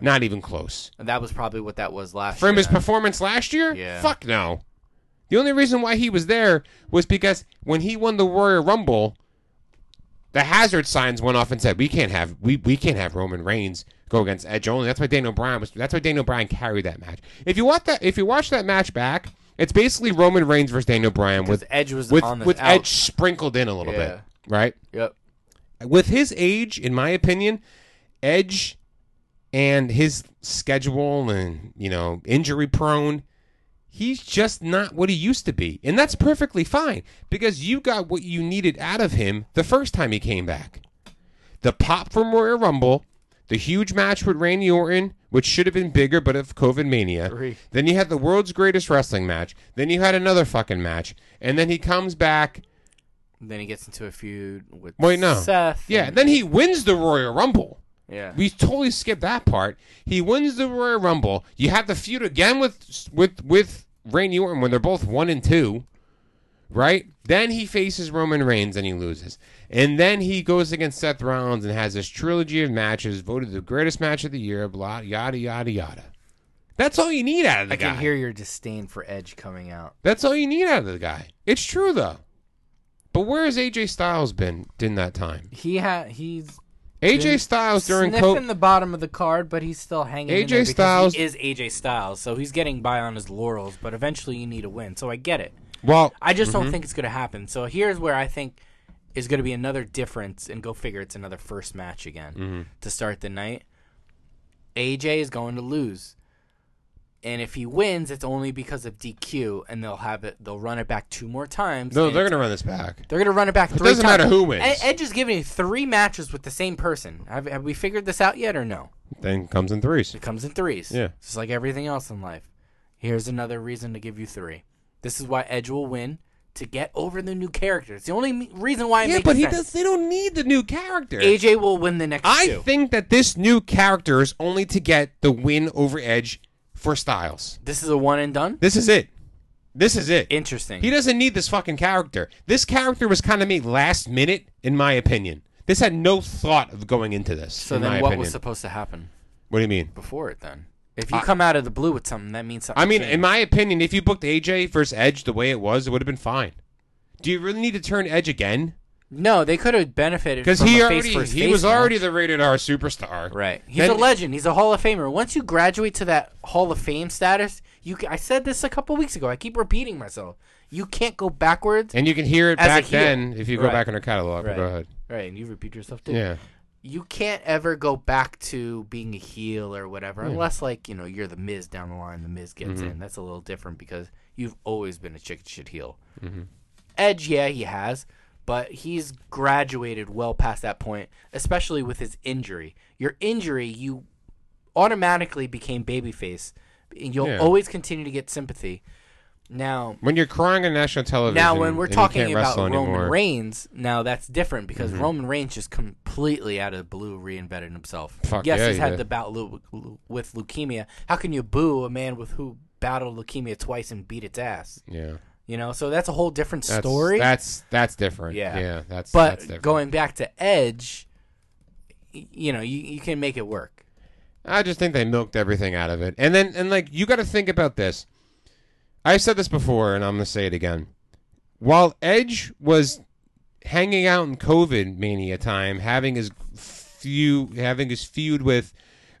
not even close.
And that was probably what that was last
From
year.
his performance last year,
Yeah.
fuck no. The only reason why he was there was because when he won the Warrior Rumble, the hazard signs went off and said, "We can't have we, we can't have Roman Reigns go against Edge only." That's why Daniel Bryan was. That's why Daniel Bryan carried that match. If you watch that, if you watch that match back, it's basically Roman Reigns versus Daniel Bryan with
Edge was
with
on the
with
out.
Edge sprinkled in a little
Yeah.
bit, right?
Yep.
with his age, in my opinion, Edge and his schedule and you know injury prone, he's just not what he used to be, and that's perfectly fine because you got what you needed out of him the first time he came back. The pop from Royal Rumble, the huge match with Randy Orton, which should have been bigger but of COVID mania.
Three.
Then you had the world's greatest wrestling match. Then you had another fucking match, and then he comes back.
Then he gets into a feud with
Wait, no.
Seth.
Yeah,
and-
then he wins the Royal Rumble.
yeah.
We totally skipped that part. He wins the Royal Rumble. You have the feud again with with with Randy Orton when they're both one and two, right? Then he faces Roman Reigns and he loses, and then he goes against Seth Rollins and has this trilogy of matches, voted the greatest match of the year, blah yada yada yada. That's all you need out of the
I
guy.
can hear your disdain for Edge coming out.
That's all you need out of the guy. It's true though. But where has AJ Styles been in that time?
He had he's
AJ
Been
Styles during
sniffing
COVID.
the bottom of the card, but he's still hanging. in
AJ
there because
Styles-
he is AJ Styles, so he's getting by on his laurels. But eventually, you need a win, so I get it.
well,
I just
Mm-hmm.
don't think it's going to happen. So here's where I think is going to be another difference, and go figure it's another first match again
Mm-hmm.
to start the night. AJ is going to lose, and if he wins, it's only because of DQ, and they'll have it. They'll run it back two more times.
no,
and
they're
it's-
going to run this back.
They're going to run it back. three
doesn't
times.
matter who wins.
Ed- Edge is giving you three matches with the same person. Have, have we figured this out yet, or no?
Then comes in threes.
It comes in threes.
Yeah.
Just like everything else in life. Here's another reason to give you three. This is why Edge will win to get over the new character. It's the only me- reason why. It
Yeah,
makes
but he
sense.
does. They don't need the new character.
AJ will win the next
I
two.
think that this new character is only to get the win over Edge for Styles.
this is a one and done.
This is it. This is it.
Interesting.
He doesn't need this fucking character. This character was kind of made last minute, in my opinion. This had no thought of going into this.
so
in
then,
my
what
opinion.
was supposed to happen
What do you mean?
before it? Then, if you come out of the blue with something, that means something.
I mean,
changed.
in my opinion, if you booked AJ versus Edge the way it was, it would have been fine. Do you really need to turn Edge again?
no, they could have benefited
Because
because
he
a
already
face
he was already the rated R superstar.
Right. He's
Then-
a legend. He's a Hall of Famer. Once you graduate to that Hall of Fame status, you ca I said this a couple weeks ago. I keep repeating myself. You can't go backwards.
And you can hear it
As a
back
heel.
then if you go
Right.
back in her catalog.
right.
Go ahead.
Right, and you repeat yourself too.
Yeah.
You can't ever go back to being a heel or whatever unless like, you know, you're the Miz down the line, the Miz gets
Mm-hmm.
in. That's a little different because you've always been a chicken shit heel.
Mm-hmm.
Edge, yeah, he has, but he's graduated well past that point, especially with his injury. Your injury, you automatically became babyface. and You'll
Yeah.
always continue to get sympathy. Now,
When you're crying on national television.
now, when we're
and you
talking
can't
about
wrestle
Roman
anymore, Mm-hmm.
Reigns, now that's different because Roman Reigns just completely out of the blue reinvented himself.
Fuck
yes,
yeah,
he's
he
had
did.
the bout leu- leu- with leukemia. How can you boo a man with who battled leukemia twice and beat its ass?
yeah,
You know, so that's a whole different
that's,
story.
That's that's different.
Yeah.
Yeah, that's that's
but
different.
going back to Edge, y- you know, you, you can make it work.
I just think they milked everything out of it, and then and like you got to think about this. I said this before, and I'm gonna say it again. While Edge was hanging out in COVID mania time, having his few having his feud with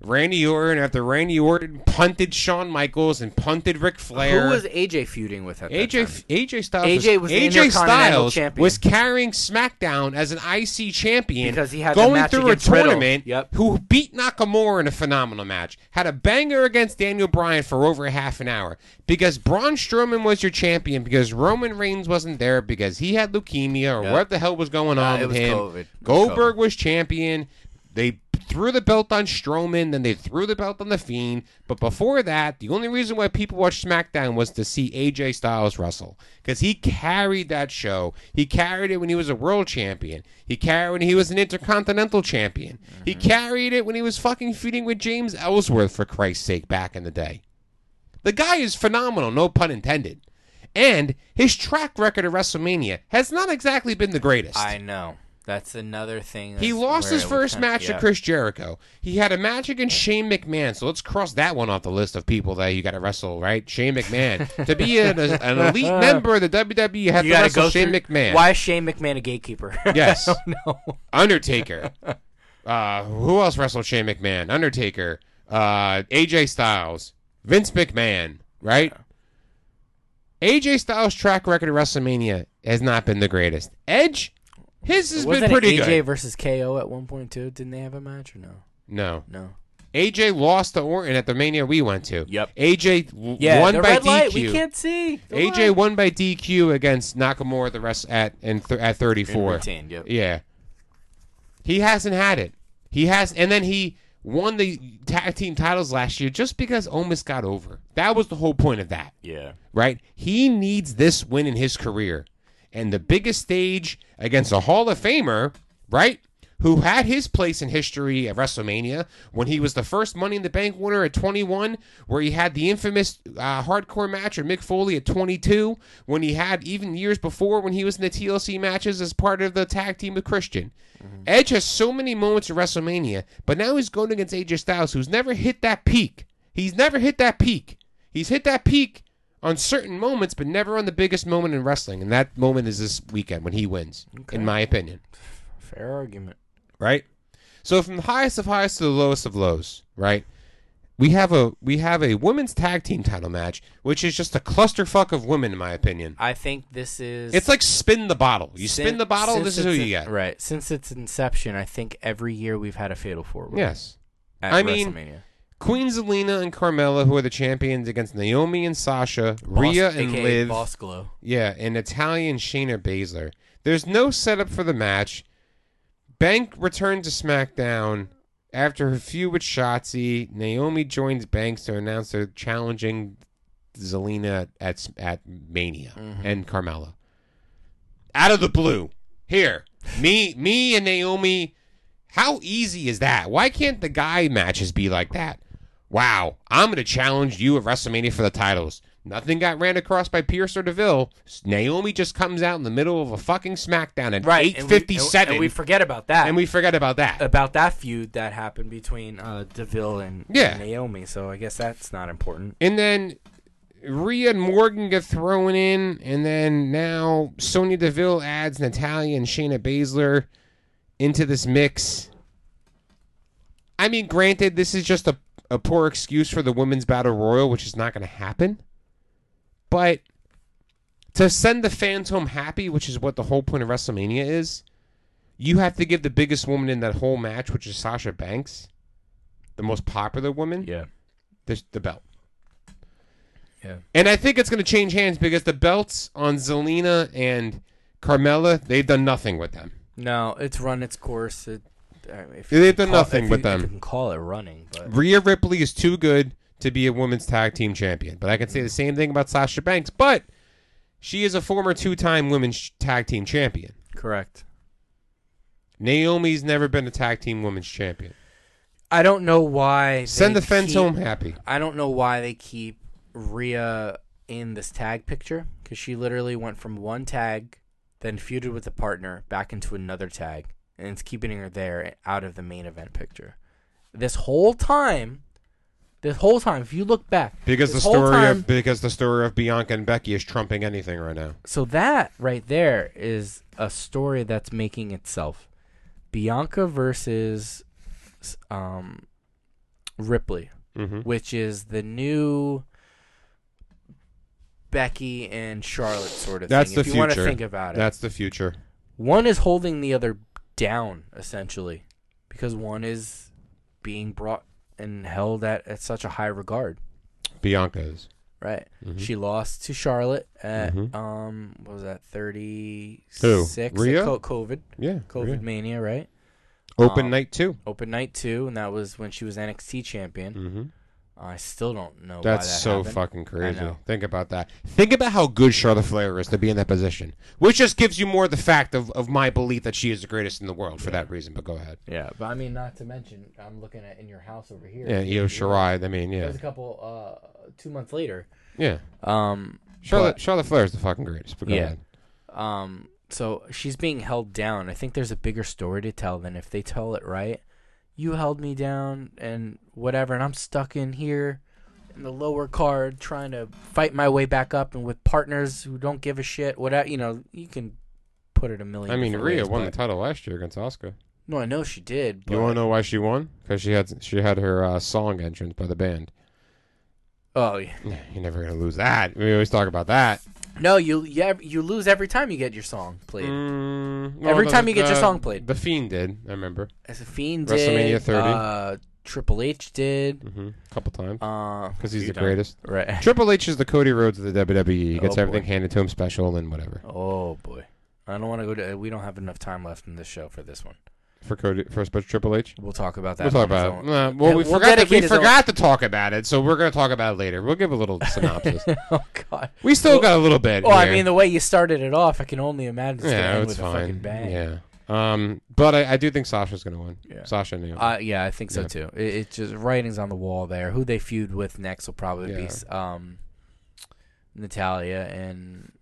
Randy Orton after Randy Orton punted Shawn Michaels and punted Ric Flair.
Who was AJ feuding with at that
AJ
time?
f- AJ Styles
AJ was the
AJ
Intercontinental
Styles
Champion.
was carrying SmackDown as an IC champion
Because he had the
going
match
through a
against Riddle.
tournament.
Yep.
Who beat Nakamura in a phenomenal match? Had a banger against Daniel Bryan for over a half an hour because Braun Strowman was your champion because Roman Reigns wasn't there because he had leukemia or
Yep.
what the hell was going on
Uh, it
with
was
him.
COVID. It was
Goldberg was champion. They threw the belt on Strowman, then they threw the belt on The Fiend. But before that, the only reason why people watched SmackDown was to see AJ Styles wrestle because he carried that show. He carried it when he was a world champion. He carried when he was an intercontinental champion. He carried it when he was fucking feuding with James Ellsworth for Christ's sake back in the day. The guy is phenomenal, no pun intended. And his track record at WrestleMania has not exactly been the greatest.
I know. That's another thing.
He
that's
lost
where
his
I would
first
kinda-
match to
yeah.
Chris Jericho. He had a match against Shane McMahon. So let's cross that one off the list of people that you got to wrestle, right? Shane McMahon. to be an, an
[laughs]
elite member of the WWE, you have
You
to
gotta
wrestle
go
Shane
through-
McMahon.
Why is Shane McMahon a gatekeeper?
Yes.
[laughs]
[laughs]
no.
Undertaker. uh, who else wrestled Shane McMahon? Undertaker. Uh, AJ Styles. Vince McMahon. Right. AJ Styles' track record at WrestleMania has not been the greatest. Edge, his has
Wasn't
been pretty
it AJ
good.
versus KO at one point too? Didn't they have a match or no?
No,
No.
AJ lost to Orton at the Mania we went to.
Yep.
AJ w-
Yeah.
won
the
by
red
DQ.
light. We can't see. The
AJ
light.
won by DQ against Nakamura the rest at and th- at 34.
retained, yep.
Yeah. He hasn't had it. He has and then he won the tag team titles last year just because Omis got over. That was the whole point of that,
Yeah.
right? He needs this win in his career. And the biggest stage against a Hall of Famer, right? Who had his place in history at WrestleMania when he was the first Money in the Bank winner at 21, where he had the infamous uh, hardcore match with Mick Foley at 22, when he had even years before when he was in the TLC matches as part of the tag team with Christian. Edge has so many moments at WrestleMania, but now he's going against AJ Styles, who's never hit that peak. He's never hit that peak. He's hit that peak on certain moments, but never on the biggest moment in wrestling, and that moment is this weekend when he wins, in my opinion.
Fair argument.
Right. So from the highest of highs to the lowest of lows, right? We have a we have a women's tag team title match, which is just a clusterfuck of women, in my opinion.
I think this is.
It's like spin the bottle. You
sin-
spin the bottle.
since
This is who
its-
you get.
Right. Since its inception, I think every year we've had a fatal four way.
Yes.
At
I mean,
WrestleMania. mean,
Queen Zelina and Carmella, who are the champions against Naomi and Sasha, Rhea and
AKA
Liv,
Boss Glow.
yeah, and Italian Shayna Baszler. There's no setup for the match. Bank returned to SmackDown after her feud with Shotzi. Naomi joins Banks to announce they're challenging Zelina at at Mania
Mm-hmm.
and Carmella. Out of the blue, here, me, me and Naomi. How easy is that? Why can't the guy matches be like that? Wow, I'm going to challenge you at WrestleMania for the titles. Nothing got ran across by Pierce or Deville. Naomi just comes out in the middle of a fucking SmackDown at
Right. and we-
8:57,
And we forget about that.
forget about that.
about that feud that happened between uh, Deville and,
Yeah.
and Naomi. So I guess that's not important.
And then Rhea and Morgan get thrown in, and then now Sonya Deville adds Natalia and Shayna Baszler into this mix. I mean, granted, this is just a, a poor excuse for the women's battle royal, which is not going to happen. But to send the fans home happy, which is what the whole point of WrestleMania is, you have to give the biggest woman in that whole match, which is Sasha Banks, the most popular woman,
Yeah.
the, the belt.
Yeah.
And I think it's going to change hands because the belts on Zelina and Carmella, they've done nothing with them.
No, it's run its course. It, I mean, if
They've
you
done
call-
nothing
if
with
you,
them.
If you can call it running, but
Rhea Ripley is too good to be a women's tag team champion, but I can say the same thing about Sasha Banks, but she is a former two-time women's tag team champion.
correct.
Naomi's never been a tag team women's champion.
I don't know why.
Send
they
the fans
keep-
home happy.
I don't know why they keep Rhea in this tag picture because she literally went from one tag, then feuded with a partner, back into another tag, and it's keeping her there out of the main event picture. This whole time, this whole time, if you look back,
Because
this
the
whole
story
time-
of because the story of Bianca and Becky is trumping anything right now.
So that right there is a story that's making itself. Bianca versus um, Ripley,
Mm-hmm.
which is the new Becky and Charlotte sort of
That's
thing.
the
if you
future.
want to think about it,
That's the future.
one is holding the other down essentially, because one is being brought and held at, at such a high regard.
Bianca is.
Right.
Mm-hmm.
She lost to Charlotte at um what was that thirty six
Rhea?
COVID
Yeah.
COVID
yeah.
mania right
Open
Um,
night too.
open night two and that was when she was NXT champion.
Mm-hmm.
I still don't know.
That's
why that
so
happened.
fucking crazy.
I know.
Think about that. Think about how good Charlotte Flair is to be in that position, which just gives you more the fact of, of my belief that she is the greatest in the world for that reason. But go ahead.
Yeah, but I mean, not to mention, I'm looking at in your house over here.
Yeah, Io Shirai. I mean, yeah,
There's a couple uh two months later.
Yeah.
Um,
Charlotte Charlotte Flair is the fucking greatest. But go
Yeah.
ahead.
um, so she's being held down. I think there's a bigger story to tell than if they tell it right. You held me down and whatever, and I'm stuck in here in the lower card trying to fight my way back up, and with partners who don't give a shit. Whatever, you know, you can put it a million.
I mean,
different
Rhea
ways,
won the
but-
title last year against Oscar.
No, I know she did. But,
You want to know why she won? Because she had she had her uh, song entrance by the band.
Oh, yeah.
You're never gonna lose that. We always talk about that.
no, you you, ev- you lose every time you get your song played.
Mm,
Every
no,
time you get your
the-
song played.
the Fiend did. I remember.
As a fiend
WrestleMania
did,
30.
uh, Triple H did,
hmm A couple times
uh,
because he's
you
the
don't-
greatest.
right?
Triple H is the Cody Rhodes of the WWE. He gets
Oh,
everything
boy.
handed to him special and whatever
Oh boy, I don't want to go to. We don't have enough time left in this show for this one.
for Cody for special Triple H.
We'll talk about that.
We'll talk
on
about
its
it.
own.
Nah, well,
Yeah,
we
we'll
forgot that we
dedicate his own-
forgot to talk about it, so we're gonna talk about it later. We'll give a
[laughs]
little synopsis.
oh god.
we still got a little bit.
Oh, I
here.
mean, the way you started it off, I can only imagine it's gonna
yeah,
end
it's
with a
fine.
fucking bang.
Yeah. Um, but I, I do think Sasha's gonna win.
Yeah.
Sasha and Naomi.
Uh, yeah, I think so
Yeah.
too. It, it's just writings on the wall there. Who they feud with next will probably be
Yeah.
s- um, Natalia and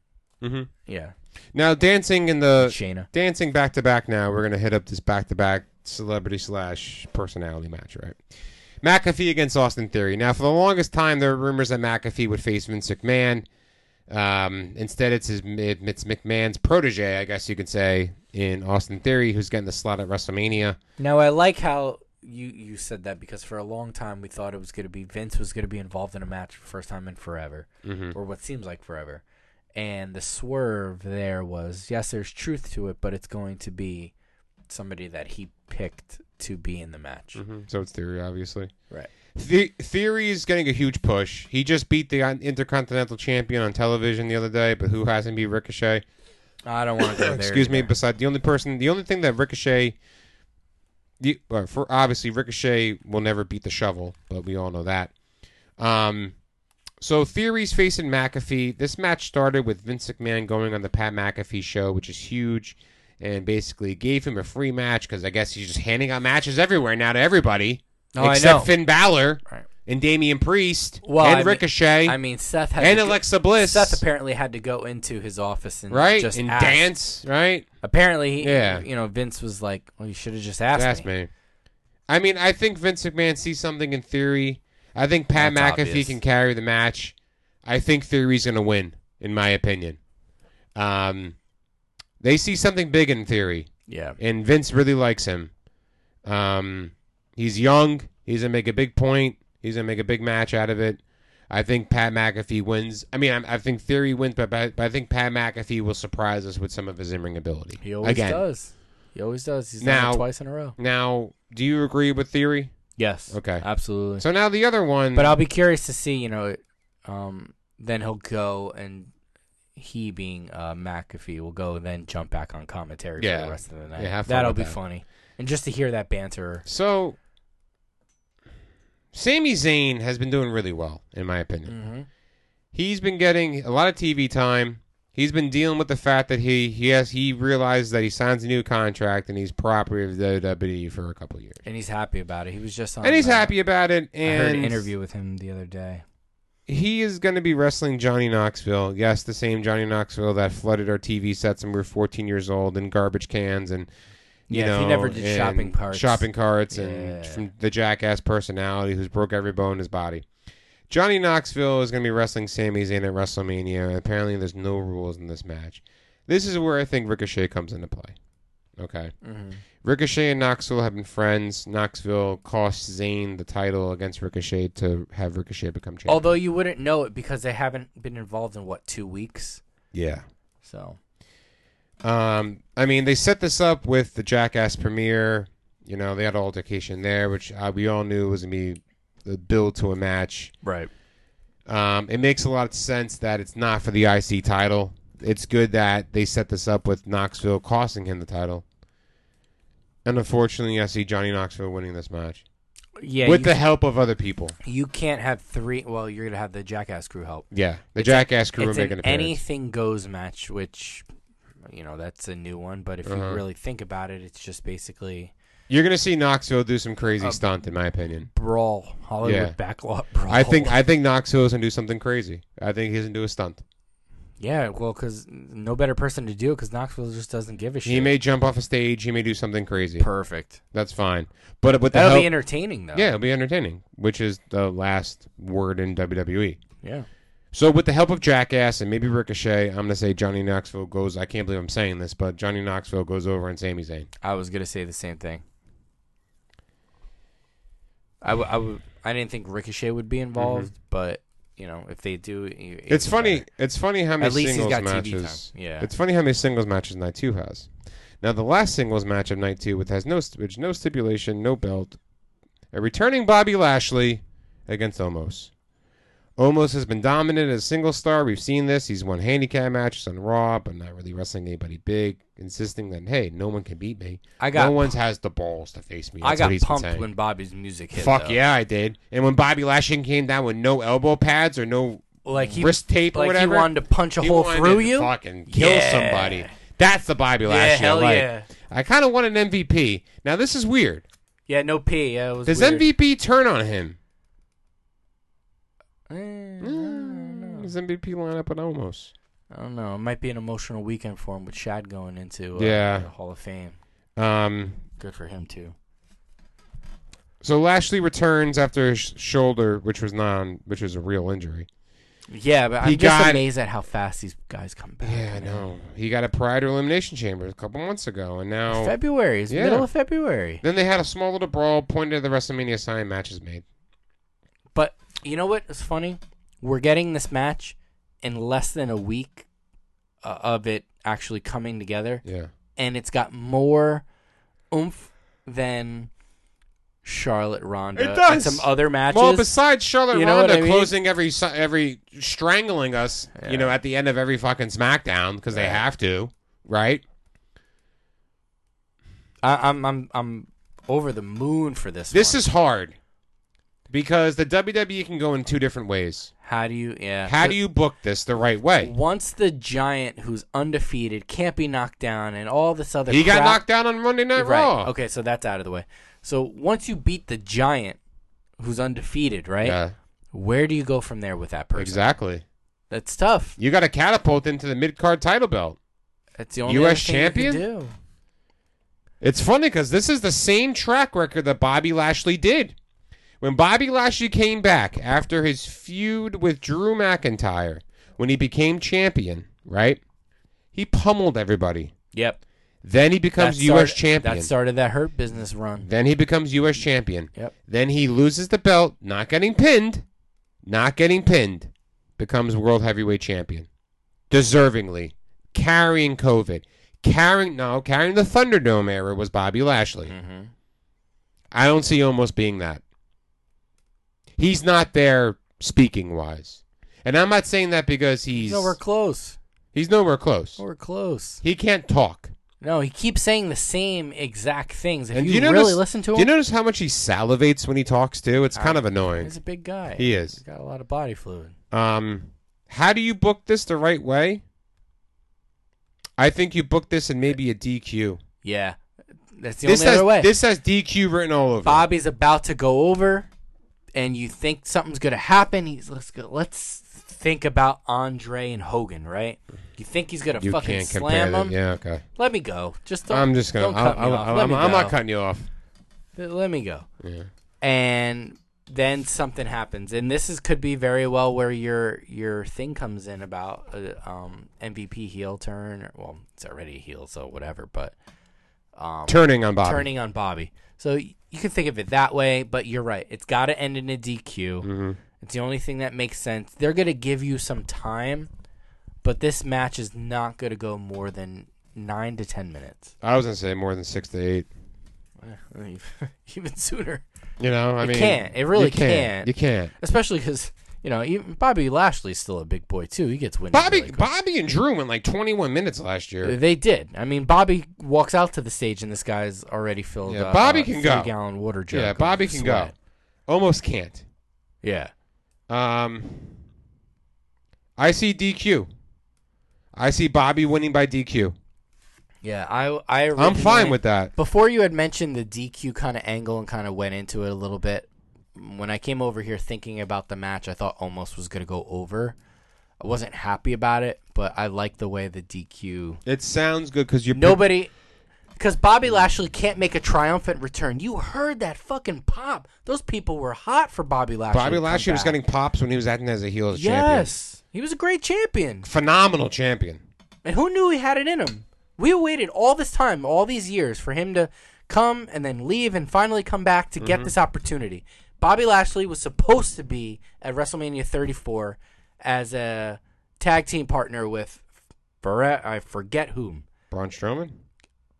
hmm
yeah,
Now dancing in the
Shayna.
dancing back to back now, we're gonna hit up this back to back celebrity slash personality match, right? McAfee against Austin Theory. Now, for the longest time, there were rumors that McAfee would face Vince McMahon. Um, instead, it's his it's McMahon's protege, I guess you could say, in Austin Theory, who's getting the slot at WrestleMania.
Now I like how you you said that because for a long time we thought it was going to be Vince was going to be involved in a match for the first time in forever,
Mm-hmm.
or what seems like forever. And the swerve there was yes, there's truth to it, but it's going to be somebody that he picked to be in the match.
So it's Theory, obviously.
Right.
The- Theory is getting a huge push. He just beat the Intercontinental Champion on television the other day, but who hasn't beat Ricochet?
I don't want to go
[laughs]
there.
Excuse me.
either.
Besides, the only person, the only thing that Ricochet, the, uh, for obviously Ricochet will never beat the shovel, but we all know that. Um, so Theory's facing McAfee. This match started with Vince McMahon going on the Pat McAfee show, which is huge, and basically gave him a free match because I guess he's just handing out matches everywhere now to everybody,
Oh, I
except
know.
Finn Balor
Right.
and Damian Priest
Well, I
and
mean-
Ricochet
I mean, Seth had
and
to go-
Alexa Bliss,
Seth apparently had to go into his office and
right?
just
and
ask.
dance, right?
Apparently, he,
Yeah.
you know, Vince was like, "Well, you should have just asked,
Ask me. I mean, I think Vince McMahon sees something in theory. I think Pat
That's
McAfee
obvious.
can carry the match. I think theory's going to win, in my opinion. Um, they see something big in theory,
Yeah,
and Vince really likes him. Um, he's young. He's going to make a big point. He's going to make a big match out of it. I think Pat McAfee wins. I mean, I, I think Theory wins, but, but, but I think Pat McAfee will surprise us with some of his in-ring ability.
he always
Again.
does. He always does. He's
Now-
done it twice in a row.
Now, do you agree with Theory?
Yes.
Okay.
Absolutely.
So now the other one,
But I'll be curious to see, you know, um, then he'll go and he being uh, McAfee will go and then jump back on commentary for
Yeah.
the rest of the night.
Yeah, have fun
That'll
with
be
that.
funny. And just to hear that banter.
so Sami Zayn has been doing really well, in my opinion.
Mhm.
He's been getting a lot of TV time. He's been dealing with the fact that he he has he realized that he signs a new contract and he's property of the WWE for a couple years,
And he's happy about it. He was just on
and he's
uh,
happy about it.
I
And
heard an interview with him the other day.
he is going to be wrestling Johnny Knoxville. Yes, the same Johnny Knoxville that flooded our TV sets when we were 14 years old in garbage cans and you
Yeah, if
know
he never did
and
shopping carts.
shopping carts, and
Yeah.
from the jackass personality who's broke every bone in his body. Johnny Knoxville is going to be wrestling Sami Zayn at WrestleMania. and Apparently, there's no rules in this match. This is where I think Ricochet comes into play. Okay.
Mm-hmm.
Ricochet and Knoxville have been friends. Knoxville cost Zayn the title against Ricochet to have Ricochet become champion.
Although you wouldn't know it because they haven't been involved in what two weeks.
yeah.
So
Um, I mean, they set this up with the Jackass premiere. You know, they had an altercation there, which uh, we all knew was gonna be the build to a match.
right.
Um, it makes a lot of sense that it's not for the IC title. It's good that they set this up with Knoxville costing him the title. And unfortunately, I see Johnny Knoxville winning this match
Yeah.
with
you,
the help of other people.
you can't have three. Well, you're gonna have the Jackass crew help.
Yeah, the Jackass crew are
it's
making
an
an appearance.
anything goes match,
Uh-huh.
which you know that's a new one. But if you really think about it, it's just basically
You're gonna see Knoxville do some crazy
Um,
stunt, in my opinion.
brawl, Hollywood
Yeah.
backlot brawl.
I think I think Knoxville's gonna do something crazy. I think he's gonna do a stunt.
[laughs] yeah, well, because no better person to do it because Knoxville just doesn't give a shit.
He may jump off a stage. He may do something crazy.
perfect.
That's fine. But with the
That'll
help,
be entertaining though.
yeah, it'll be entertaining, which is the last word in WWE.
yeah.
So with the help of Jackass and maybe Ricochet, I'm gonna say Johnny Knoxville goes. I can't believe I'm saying this, but Johnny Knoxville goes over on Sami Zayn.
I was gonna say the same thing. I w- I w- I didn't think Ricochet would be involved, but you know if they do, it-
Mm-hmm. It's
even
funny.
better.
It's funny how many
At least he's
singles
got TV
matches.
time. Yeah.
It's funny how many singles matches night two has. Now the last singles match of night two, which has no st- which no stipulation, no belt, a returning Bobby Lashley against Omos. Omos has been dominant as a single star. We've seen this. He's won handicap matches on Raw, but not really wrestling anybody big, insisting that hey, no one can beat me.
I got
no one's has the balls to face me.
I
That's what
got
he's been
pumped
saying.
when Bobby's music hit.
Fuck
though.
yeah, I did. And when Bobby Lashley came down with no elbow pads or no
Like he
wrist tape or
like
whatever,
he wanted to punch a
he
hole
wanted
through
to
you.
Fucking kill
Yeah.
somebody. That's the Bobby Lashley. I
hell
like.
yeah.
I kind of want an MVP. Now this is weird.
Yeah, no P. Yeah, it was
Does
weird.
MVP turn on him?
Eh, I don't know.
Does MVP line up on almost?
I don't know. It might be an emotional weekend for him with Shad going into uh,
Yeah.
the Hall of Fame.
Um.
Good for him too.
So Lashley returns after his sh- shoulder, which was non, which was a real injury.
Yeah, but I'm
He
just
got-
amazed at how fast these guys come back.
Yeah, I know. He got a prior to elimination chamber a couple months ago, and now
February. It's
Yeah.
middle of February.
then they had a small little brawl pointed at the WrestleMania sign matches made.
But you know what is funny? We're getting this match in less than a week uh, of it actually coming together,
Yeah.
and it's got more oomph than Charlotte Ronda
It does.
and some other matches.
Well, besides Charlotte
You know what
Ronda
I mean?
closing every si- every strangling us, you know, at the end of every fucking SmackDown because they have to, right?
I, I'm I'm I'm over the moon for this.
This
one.
is hard because the WWE can go in two different ways.
how do you yeah
How do you book this the right way?
once the giant who's undefeated can't be knocked down and all this other
He got
crap-
knocked down on Monday Night
right
Raw.
okay so that's out of the way so once you beat the giant who's undefeated right
Yeah,
where do you go from there with that person?
exactly.
That's tough.
You got to catapult into the mid card title belt.
That's the only
US
other thing
champion?
You can do.
It's funny because this is the same track record that Bobby Lashley did. When Bobby Lashley came back after his feud with Drew McIntyre, when he became champion, right? He pummeled everybody.
Yep.
Then he becomes
That
U.S.
started-
champion.
That started that hurt business run.
Then he becomes U.S. champion.
Yep.
Then he loses the belt, not getting pinned, not getting pinned, becomes world heavyweight champion. Deservingly. Carrying COVID. Carrying, no, carrying the Thunderdome era was Bobby Lashley.
Mm-hmm.
I don't see almost being that. He's not there speaking wise. And I'm not saying that because he's
No, we're close.
he's nowhere close.
We're close.
He can't talk.
No, he keeps saying the same exact things. If
and
you,
do you notice,
really listen to him,
Do you notice how much he salivates when he talks too? It's kind of annoying.
he's a big guy.
He is.
He's got a lot of body fluid.
Um, how do you book this the right way? I think you book this in maybe a DQ.
Yeah. That's the
This
only
has
other way.
this has DQ written all over. it.
Bobby's about to go over, and you think something's gonna happen. He's let's go, let's think about Andre and Hogan, right? You think he's gonna
you
fucking
can't compare
slam
them.
him?
Yeah, okay.
Let me go. Just don't,
I'm just gonna.
Don't
I'll,
cut me
I'll-
off.
I'll-
Let
I'm,
me
I'm
go.
not cutting you off.
Let me go.
Yeah.
And then something happens, and this is could be very well where your your thing comes in about uh, um, MVP heel turn. Or, well, it's already a heel, so whatever. But um,
Turning on Bobby.
turning on Bobby, so y- you can think of it that way. But you're right; it's got to end in a DQ.
Mm-hmm.
It's the only thing that makes sense. They're gonna give you some time, but this match is not gonna go more than nine to ten minutes,
I was gonna say more than six to eight.
[laughs] even sooner.
You know, I
It
mean,
can't. It really
you
can't.
You can't.
especially because you know even Bobby Lashley's still a big boy too. He gets wins.
Bobby,
really quick.
Bobby and Drew went like 21 minutes last year.
They did. I mean, Bobby walks out to the stage, and this guy's already filled.
Yeah,
uh,
Bobby
a
can go.
three-gallon water jug.
Yeah,
of
Bobby can go.
sweat.
Almost can't.
Yeah,
Um, I see DQ. I see Bobby winning by DQ.
Yeah, I I
I'm fine
originally-
with that.
Before you had mentioned the DQ kind of angle and kind of went into it a little bit. When I came over here thinking about the match, I thought almost was going to go over. I wasn't happy about it, but I like the way the DQ.
It sounds good because you're
Nobody because Bobby Lashley can't make a triumphant return. You heard that fucking pop. Those people were hot for Bobby Lashley. to
Bobby
come
Lashley was
back.
getting pops when he was acting as a heel as champion.
Yes. He was a great champion.
Phenomenal champion.
And who knew he had it in him? We waited all this time, all these years, for him to come and then leave and finally come back to get this opportunity. Bobby Lashley was supposed to be at WrestleMania 34 as a tag team partner with, for, I forget whom.
Braun Strowman?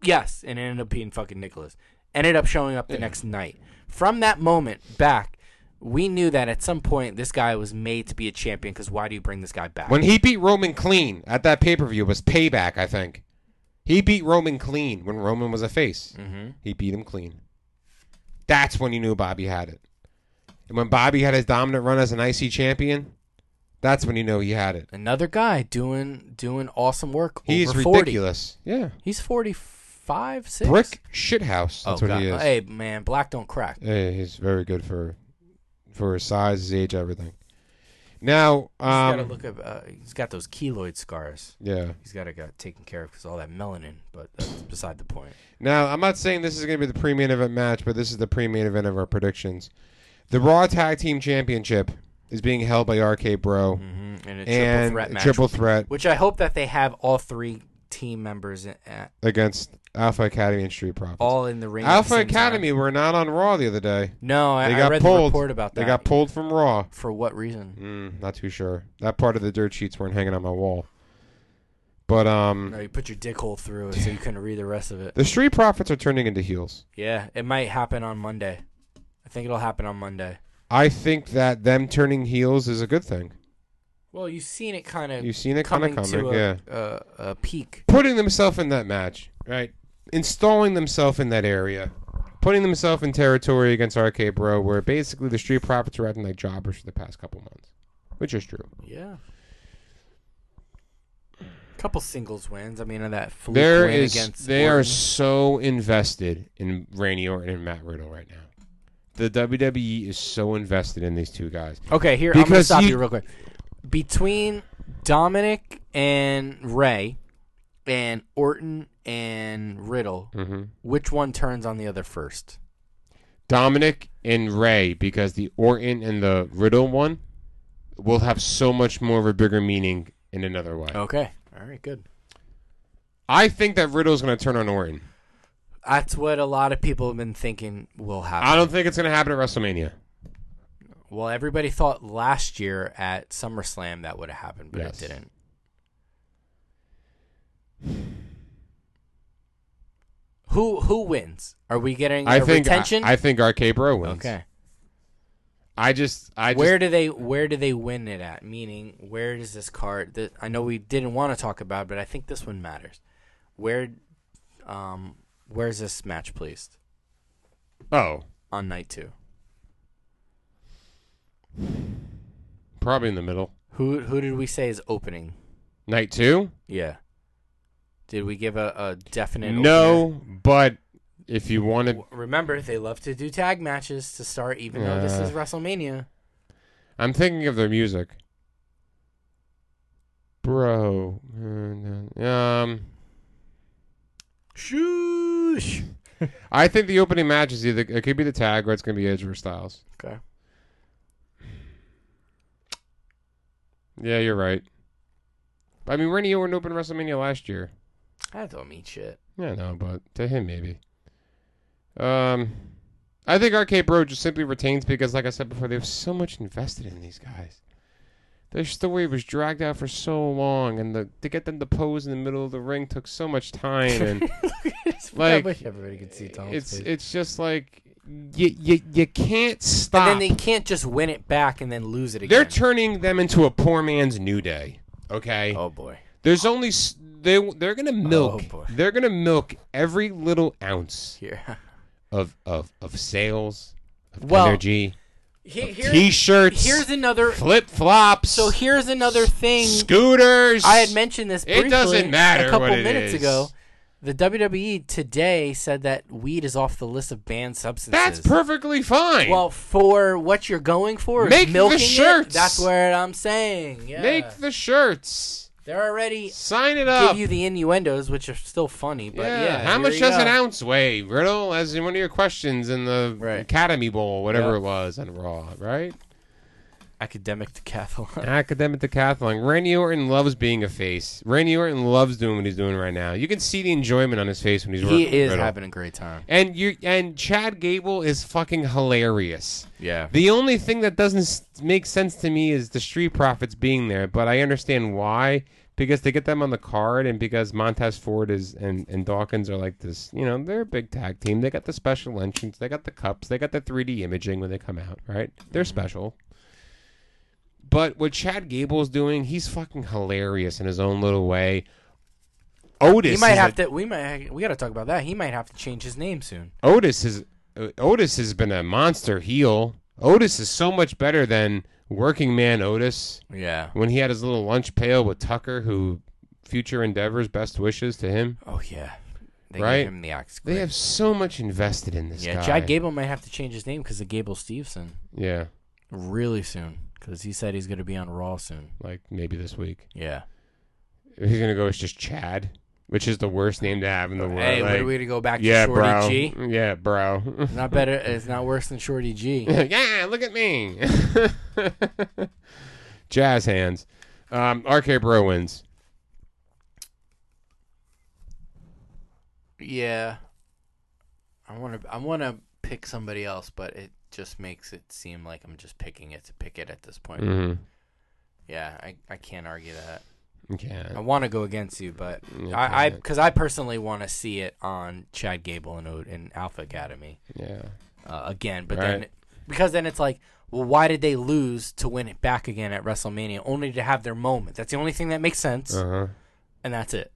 Yes, and it ended up being fucking Nicholas. Ended up showing up the next night. From that moment back, we knew that at some point this guy was made to be a champion because why do you bring this guy back?
When he beat Roman clean at that pay per view was payback, I think. He beat Roman clean when Roman was a face. Mm-hmm. He beat him clean. That's when you knew Bobby had it. And when Bobby had his dominant run as an IC champion, that's when you know he had it.
Another guy doing doing awesome work.
He's
over 40.
ridiculous. Yeah.
He's 45, 6?
Brick shithouse.
Oh,
That's what
God.
he is.
Hey, man, black don't crack.
Yeah, he's very good for for his size, his age, everything. Now,
He's gotta
um,
look up, uh, he's got those keloid scars.
yeah.
He's got to get taken care of because all that melanin, but that's beside the point.
Now, I'm not saying this is going to be the pre-main event match, but this is the pre-main event of our predictions. The Raw Tag Team Championship is being held by RK Bro
hmm And a triple
and
threat match.
Triple Threat
Which I hope that they have all three team members in, uh,
against Alpha Academy and Street Profits.
all in the ring. at the
Alpha
same
Academy
time.
were not on Raw the other day.
No, I,
They
I
got
read the
pulled.
report about that.
They got pulled from Raw.
For what reason?
Mm, not too sure. That part of the dirt sheets weren't hanging on my wall. But um,
No, you put your dick hole through it so you couldn't read the rest of it.
the Street Profits are turning into heels.
Yeah, it might happen on Monday. I think it'll happen on Monday.
I think that them turning heels is a good thing.
Well, you've seen it kind of
You've seen it kind
coming
of coming,
to a,
yeah.
a, a peak.
Putting themselves in that match, right? Installing themselves in that area, putting themselves in territory against RK Bro, where basically the Street Profits are acting like jobbers for the past couple months, which is true.
Yeah. Couple singles wins. I mean, of that fluke
There
win
is,
against
they are
Orton.
so invested in Randy Orton and Matt Riddle right now. The WWE is so invested in these two guys.
Okay, here I'm gonna
Because
stop
you-
you real quick. Between Dominic and Ray, and Orton and Riddle,
Mm-hmm.
which one turns on the other first?
Dominic and Ray because the Orton and the Riddle one will have so much more of a bigger meaning in another way.
Okay, all right, good.
I think that Riddle's going to turn on Orton.
That's what a lot of people have been thinking will happen.
I don't think it's going to happen at WrestleMania.
well, everybody thought last year at SummerSlam that would have happened, but
Yes.
it didn't. Who who wins? Are we getting
I
a
think
retention?
I, I think RK Bro wins.
okay.
I just I just
where do they where do they win it at? Meaning, where does this card? That I know we didn't want to talk about, but I think this one matters. Where, um, where's this match placed
oh
on night two?
probably in the middle
Who who did we say is opening?
night two.
Yeah. Did we give a, a definite? opener?
No, but if you wanted,
Remember, they love to do tag matches to start, even though this
Yeah.
is WrestleMania.
I'm thinking of their music. Bro, um,
Shoosh.
I think the opening match is either it could be the tag or it's going to be Edge or Styles.
Okay.
Yeah, you're right. I mean, Randy Orton opened WrestleMania last year.
That don't mean shit. [laughs]
Yeah, no, but to him maybe. Um, I think RK Bro just simply retains because, like I said before, they have so much invested in these guys. Their story was dragged out for so long, and the, to get them to pose in the middle of the ring took so much time. And
I wish
like,
everybody could see Tom's
it's
face.
it's just like you you you can't stop.
and then they can't just win it back and then lose it again.
They're turning them into a poor man's new day. Okay.
oh boy.
There's only s- they they're gonna milk.
boy.
they're gonna milk every little ounce
Here. [laughs]
of of of sales, of
Well,
energy,
Here,
t-shirts,
here's another.
flip flops.
So here's another thing.
scooters.
I had mentioned this.
It
Briefly
doesn't matter
a couple
what it
minutes
is.
ago. The WWE today said that weed is off the list of banned substances.
That's perfectly fine.
Well, for what you're going for, is
Make the
milking it,
shirts.
that's what I'm saying. Yeah.
Make the shirts.
They're already
Sign it up.
give you the innuendos, which are still funny. But yeah,
How
here
much
you
does
go.
an ounce weigh? Riddle, as in one of your questions in the
Right.
Academy Bowl, whatever
Yeah.
it was on Raw, right?
Academic [laughs] decathlon.
Academic decathlon. Randy Orton loves being a face. Randy Orton loves doing what he's doing right now. You can see the enjoyment on his face when he's
he
working with
is
Riddle.
having a great time.
And you and Chad Gable is fucking hilarious.
Yeah.
The only thing that doesn't s- make sense to me is the Street Profits being there, but I understand why because they get them on the card and because Montez Ford is and, and Dawkins are like this, you know, they're a big tag team. They got the special entrance, they got the cups, they got the 3D imaging when they come out, right?
Mm-hmm.
They're special. But what Chad Gable's doing, he's fucking hilarious in his own little way. Otis
He might
is a-
have to. We might. We got to talk about that. He might have to change his name soon.
Otis is uh, Otis has been a monster heel. Otis is so much better than working man Otis
Yeah.
when he had his little lunch pail with Tucker, who future endeavors best wishes to him.
Oh yeah. They
Right?
gave him the axe.
They
quick.
have so much invested in this
yeah.
guy.
Chad Gable might have to change his name because of Gable Stevenson
Yeah,
really soon because he said he's going to be on Raw soon.
like maybe this week
Yeah.
he's gonna go. It's just Chad, which is the worst name to have in the world.
Hey, what
like,
are we going to go back
yeah,
to Shorty
bro.
G?
Yeah, bro. [laughs]
Not better. It's not worse than Shorty G.
yeah, look at me. [laughs] Jazz hands. Um, RK Bro wins.
Yeah. I want to I want to pick somebody else, but it just makes it seem like I'm just picking it to pick it at this point.
hmm
Yeah, I, I can't argue that.
Yeah.
I want to go against you, but
Yeah,
I I
can't.
because I personally want to see it on Chad Gable and Ode in Alpha Academy
Yeah.
uh, again. But
Right.
then because then it's like, well, why did they lose to win it back again at WrestleMania only to have their moment? That's the only thing that makes sense,
Uh huh.
and that's it.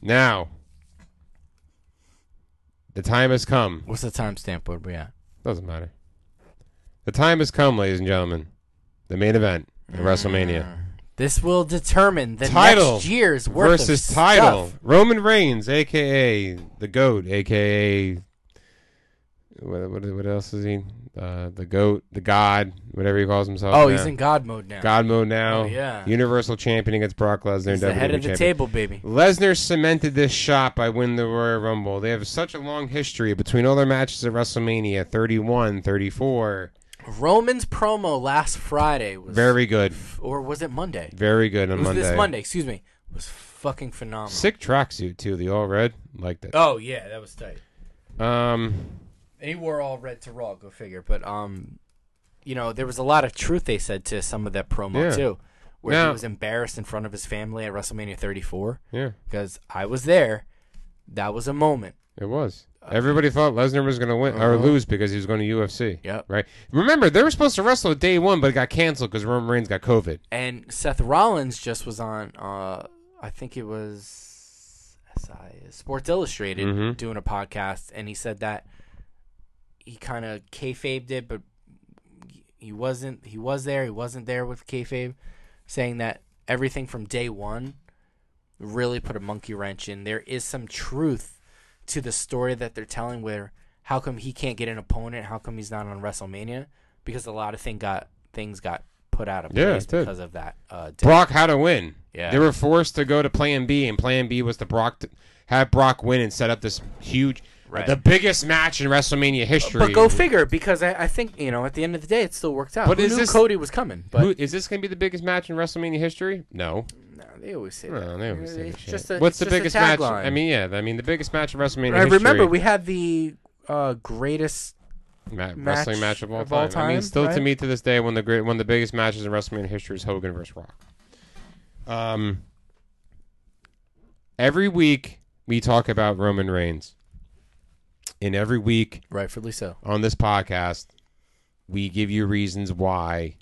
Now, the time has come.
What's the timestamp? What we at?
Doesn't matter. The time has come, ladies and gentlemen. The main event at
Mm.
WrestleMania.
This will determine the
Title
next year's worth
Versus
of
title.
Stuff.
Roman Reigns, a.k.a. the GOAT, a.k.a. What, what, what else is he? Uh, the GOAT, the God, whatever he calls himself.
Oh,
now.
he's in God mode now.
God mode now.
Oh, yeah.
Universal Champion against Brock Lesnar.
he's
WWE
the head of the
champion.
table, baby.
Lesnar cemented this shot by winning the Royal Rumble. They have such a long history between all their matches at WrestleMania 31, 34.
Roman's promo last Friday was
Very good.
or was it Monday?
Very good on
It was
Monday.
this Monday. Excuse me. Was fucking phenomenal.
Sick tracksuit, too. The all red. Liked it.
Oh yeah, that was tight.
Um,
And he wore all red to Raw. Go figure. But um, you know, there was a lot of truth they said to some of that promo
Yeah.
too, where
Now-
he was embarrassed in front of his family at WrestleMania 34
yeah,
because I was there. That was a moment.
it was. Everybody thought Lesnar was going to win or lose because he was going to UFC.
Uh-huh. Yep.
Right. Remember, they were supposed to wrestle day one, but it got canceled because Roman Reigns got COVID.
And Seth Rollins just was on, uh, I think it was SI Sports Illustrated
Mhm.
doing a podcast, and he said that he kind of kayfabed it, but he wasn't. He was there. He wasn't there with kayfabe, saying that everything from day one really put a monkey wrench in. There is some truth to the story that they're telling where how come he can't get an opponent? How come he's not on WrestleMania? Because a lot of thing got things got put out of
Yeah,
place
it did.
because of that. Uh, di-
Brock how to win.
Yeah.
They were forced to go to Plan B, and Plan B was to Brock to have Brock win and set up this huge,
Right.
the biggest match in WrestleMania history.
but go figure because I, I think you know at the end of the day it still worked out.
But
But
is
knew
this-
Cody was coming? But
Who- is this going to be the biggest match in WrestleMania history? No.
no, they always say that.
No, they always say that
It's
shit.
just a-
What's
it's
the
just a
biggest match?
tagline.
I mean, yeah, I mean the biggest match in WrestleMania
I
history.
remember we had the uh, greatest
Ma-
match
wrestling match of all,
of
time.
all
I mean,
time,
still to
right?
me to this day, one of the great, one of the biggest matches in WrestleMania history is Hogan versus Rock. Um, every week we talk about Roman Reigns, and every week
rightfully [laughs] so.
on this podcast, we give you reasons why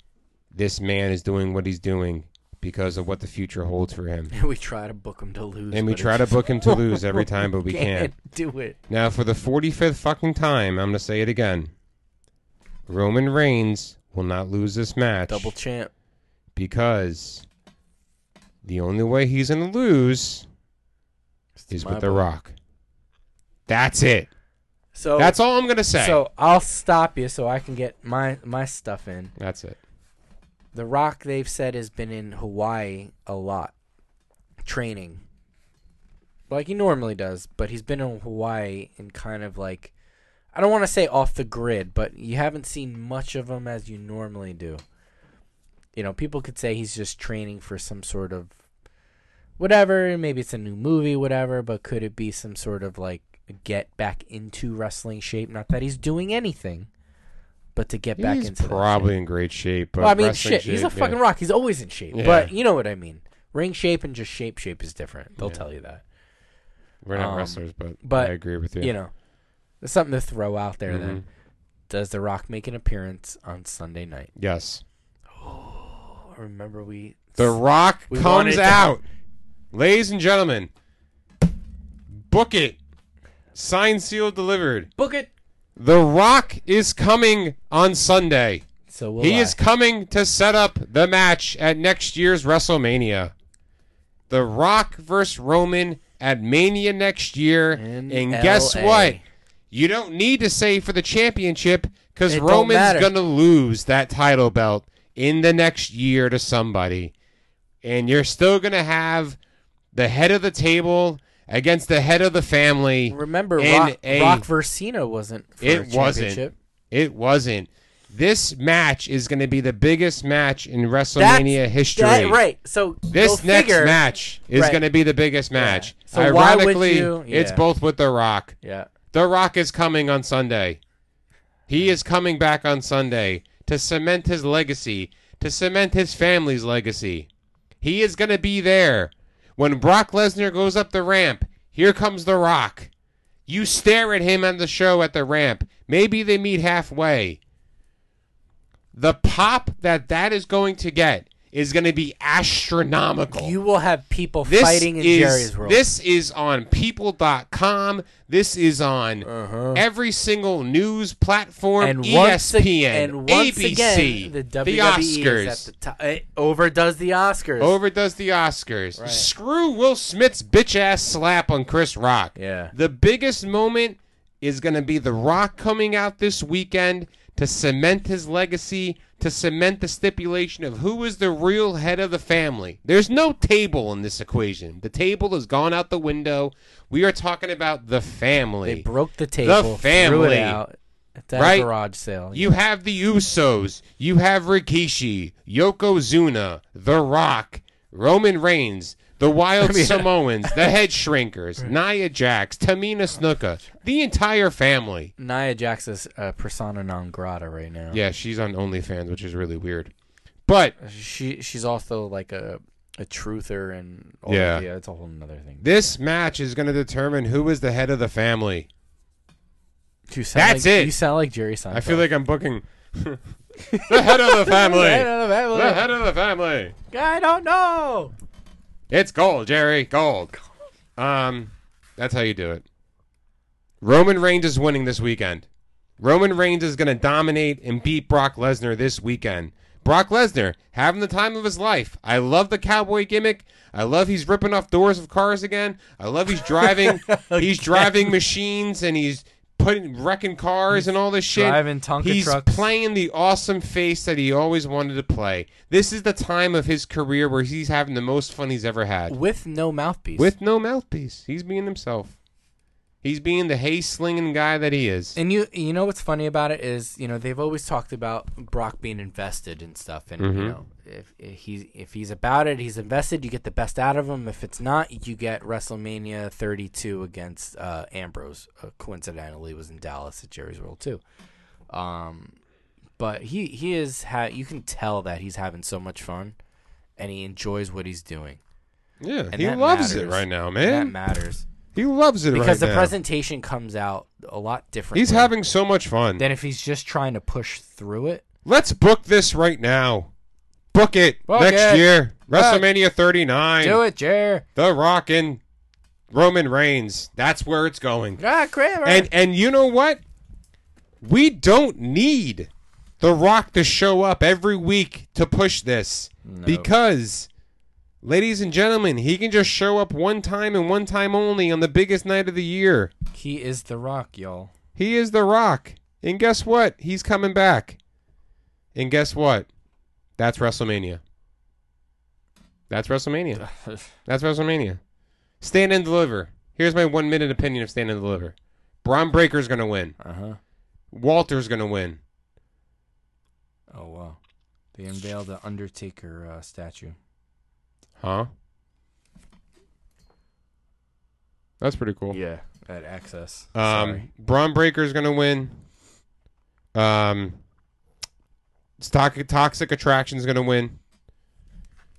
this man is doing what he's doing because of what the future holds for him.
And we try to book him to lose,
And we
but it
try to
just
book
[laughs]
him to lose every time, but we can't.
can't do it.
Now, for the 45th fucking time, I'm going to say it again. Roman Reigns will not lose this match
Double champ.
because the only way he's going to lose
It's
is
my
with The
boy.
Rock. That's it.
So
That's all I'm gonna say.
So I'll stop you so I can get my my stuff in.
That's it.
The Rock they've said has been in Hawaii a lot, training. Like he normally does, but he's been in Hawaii and kind of like, I don't want to say off the grid, but you haven't seen much of him as you normally do. You know, people could say he's just training for some sort of whatever. Maybe it's a new movie, whatever. But could it be some sort of like get back into wrestling shape? Not that he's doing anything, but to get back
He's
into that shape.
probably in great shape. But
Well, I mean,
wrestling
shit. He's a
shape, yeah.
fucking rock. He's always in shape.
Yeah.
But you know what I mean. Ring shape and just shape shape is different. They'll tell you that.
We're not
um,
wrestlers, but,
but,
I agree with you.
You know, there's something to throw out there. Then,
Mm-hmm.
does The Rock make an appearance on Sunday night?
yes,
Oh, I remember we.
The Rock
We
comes
wanted to-
out, ladies and gentlemen. Book it. Signed, sealed, delivered.
book it.
The Rock is coming on Sunday.
So will
He
I.
is coming to set up the match at next year's WrestleMania. The Rock versus Roman at Mania next year.
In
and guess
LA.
what? You don't need to say for the championship because
It don't
Roman's
matter.
going to lose that title belt in the next year to somebody. And you're still going to have the head of the table against the head of the family.
Remember,
in
Rock,
a-
Rock versus Cena wasn't. For a
it wasn't.
championship.
It wasn't. This match is going to be the biggest match in WrestleMania
That's-
history.
that- right. So
This
go
next
figure.
match is
Right.
going to be the biggest match.
So why would
Ironically,
you-
it's
yeah.
both with The Rock.
Yeah.
The Rock is coming on Sunday. He is coming back on Sunday to cement his legacy, to cement his family's legacy. He is going to be there. When Brock Lesnar goes up the ramp, here comes The Rock. You stare at him on the show at the ramp. Maybe they meet halfway. The pop that that is going to get is going to be astronomical
You will have people fighting in
is,
Jerry's world.
This is on people.com. This is
Uh,
on every single news platform,
Uh-huh.
E
and
ESPN,
once ag- and once
ABC,
again, the WWE
Oscars.
is at the top. It overdoes the Oscars.
Overdoes the Oscars.
Right.
Screw Will Smith's bitch ass slap on Chris Rock.
Yeah.
The biggest moment is going to be The Rock coming out this weekend to cement his legacy, to cement the stipulation of who is the real head of the family. There's no table in this equation. The table has gone out the window. We are talking about the family.
They broke the table, threw
family.
it out at that
Right?
garage sale.
You have the Usos. You have Rikishi, Yokozuna, The Rock, Roman Reigns, the [laughs] Wild Samoans, the [laughs] Head Shrinkers, Nia Jax, Tamina Snuka, the entire family.
Nia Jax is uh, persona non grata right now.
Yeah, she's on OnlyFans, which is really weird. But
She she's also like a a truther and all
Yeah.
yeah, yeah it's a whole another thing.
this match is going to determine who is the head of the family.
You sound
That's
like,
it.
You sound like Jerry Seinfeld.
I feel like I'm [laughs] booking the head of the family. The
I
head of the family.
don't know.
It's gold, Jerry. Gold. Um, that's how you do it. Roman Reigns is winning this weekend. Roman Reigns is going to dominate and beat Brock Lesnar this weekend. Brock Lesnar having the time of his life. I love the cowboy gimmick. I love he's ripping off doors of cars again. I love he's
[laughs]
driving. He's driving machines and he's putting wrecking cars and all this shit.
driving Tonka
he's
trucks.
playing the awesome face that he always wanted to play. This is the time of his career where he's having the most fun he's ever had.
With no mouthpiece.
With no mouthpiece. He's being himself. He's being the hay slinging guy that he is.
And you you know what's funny about it is you know they've always talked about Brock being invested and stuff, and
Mm-hmm.
you know if, if he's if he's about it, he's invested. You get the best out of him. If it's not, you get WrestleMania 32 against uh, Ambrose. Uh, coincidentally, was in Dallas at Jerry's World too. Um, but he he is ha- you can tell that he's having so much fun, and he enjoys what he's doing.
yeah,
And
he
that
loves it
matters.
right now,
And that
man.
matters
He loves it
because
right
the
now.
presentation comes out a lot differently.
He's having so much fun.
than if he's just trying to push through it.
Let's book this right now. Book it
Book
next
it.
year.
Book.
WrestleMania 39.
Do it, Jer.
The Rock and Roman Reigns. That's where it's going.
Ah, Kramer.
And and you know what? We don't need The Rock to show up every week to push this because Ladies and gentlemen, he can just show up one time and one time only on the biggest night of the year.
He is the Rock, y'all.
He is The Rock. And guess what? He's coming back. And guess what? That's WrestleMania. That's WrestleMania.
[laughs]
That's WrestleMania. Stand and deliver. Here's my one minute opinion of stand and deliver. Braun Breaker's gonna win.
Uh huh.
Walter's gonna win.
Oh wow. They unveiled the Undertaker uh, statue.
Huh? That's pretty cool.
Yeah, at Access.
Um, Braun Breaker's gonna win. Um, Stock- Toxic Attraction's gonna win.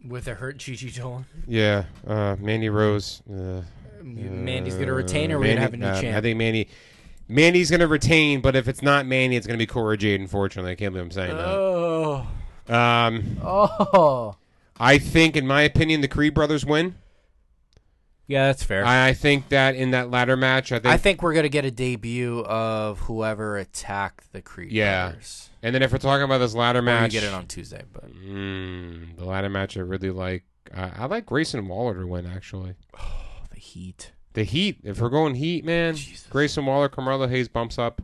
With a hurt Gigi Dolan.
Yeah, uh, Mandy Rose. Uh,
Mandy's gonna retain,
uh,
or
Mandy-
we're gonna have a new
uh,
champ.
I think Mandy. Mandy's gonna retain, but if it's not Mandy, it's gonna be Cora Jade. Unfortunately, I can't believe I'm saying
oh,
that. Um,
oh.
I think, in my opinion, the Creed brothers win.
Yeah, that's fair. I,
I, I think that in that ladder match, I think,
think we're gonna get a debut of whoever attacked the Creed.
Yeah.
brothers.
and then if we're talking about this ladder
Or we
match,
get it on Tuesday, but
Mm, the ladder match I really like. I, I like Grayson Waller to win actually.
the Heat.
The Heat, if we're going Heat, man,
Jesus.
Grayson Waller, Carmelo Hayes bumps up,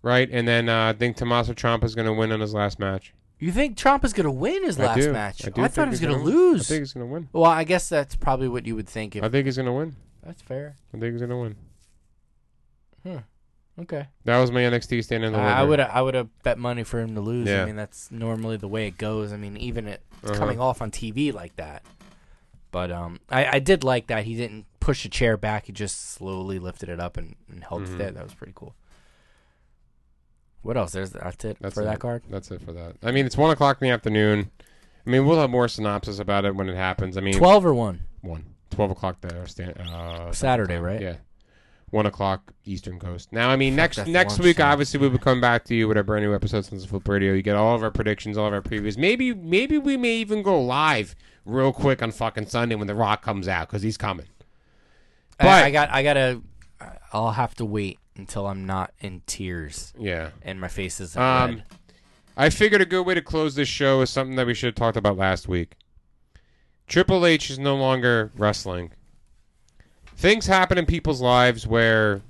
right? And then uh, I think Tommaso Ciampa is going to win in his last match.
You think Trump is gonna win his last
I do.
match?
I,
Oh, I,
do
thought
think
he was
he's
gonna,
win.
lose.
I think he's going to win.
Well, I guess that's probably what you would think. If
I think he's going to win.
that's fair.
I think he's going to win.
Okay.
That was my NXT stand in the
I would I would have bet money for him to lose.
Yeah.
I mean, that's normally the way it goes. I mean, even it
Uh-huh.
coming off on TV like that. But um, I, I did like that he didn't push the chair back. He just slowly lifted it up and, and held
Mhm.
it there. That was pretty cool. What else? There's that's it
That's
for
it.
that card.
That's it for that. I mean, it's one o'clock in the afternoon. I mean, we'll have more synopsis about it when it happens. I mean,
Twelve or one
one, 12 o'clock there. Stand, uh,
Saturday, right?
Yeah. One o'clock Eastern Coast. Now, I mean, next
that's
next
lunch
week,
time.
obviously, we will come back to you with our brand new episode since Flip Radio. You get all of our predictions, all of our previews. Maybe, maybe we may even go live real quick on fucking Sunday when The Rock comes out because he's coming.
I-
But-
I, got I gotta. I- I'll have to wait until I'm not in tears
Yeah.
and my face isn't
Um,
red.
I figured a good way to close this show is something that we should have talked about last week. Triple H is no longer wrestling. Things happen in people's lives where,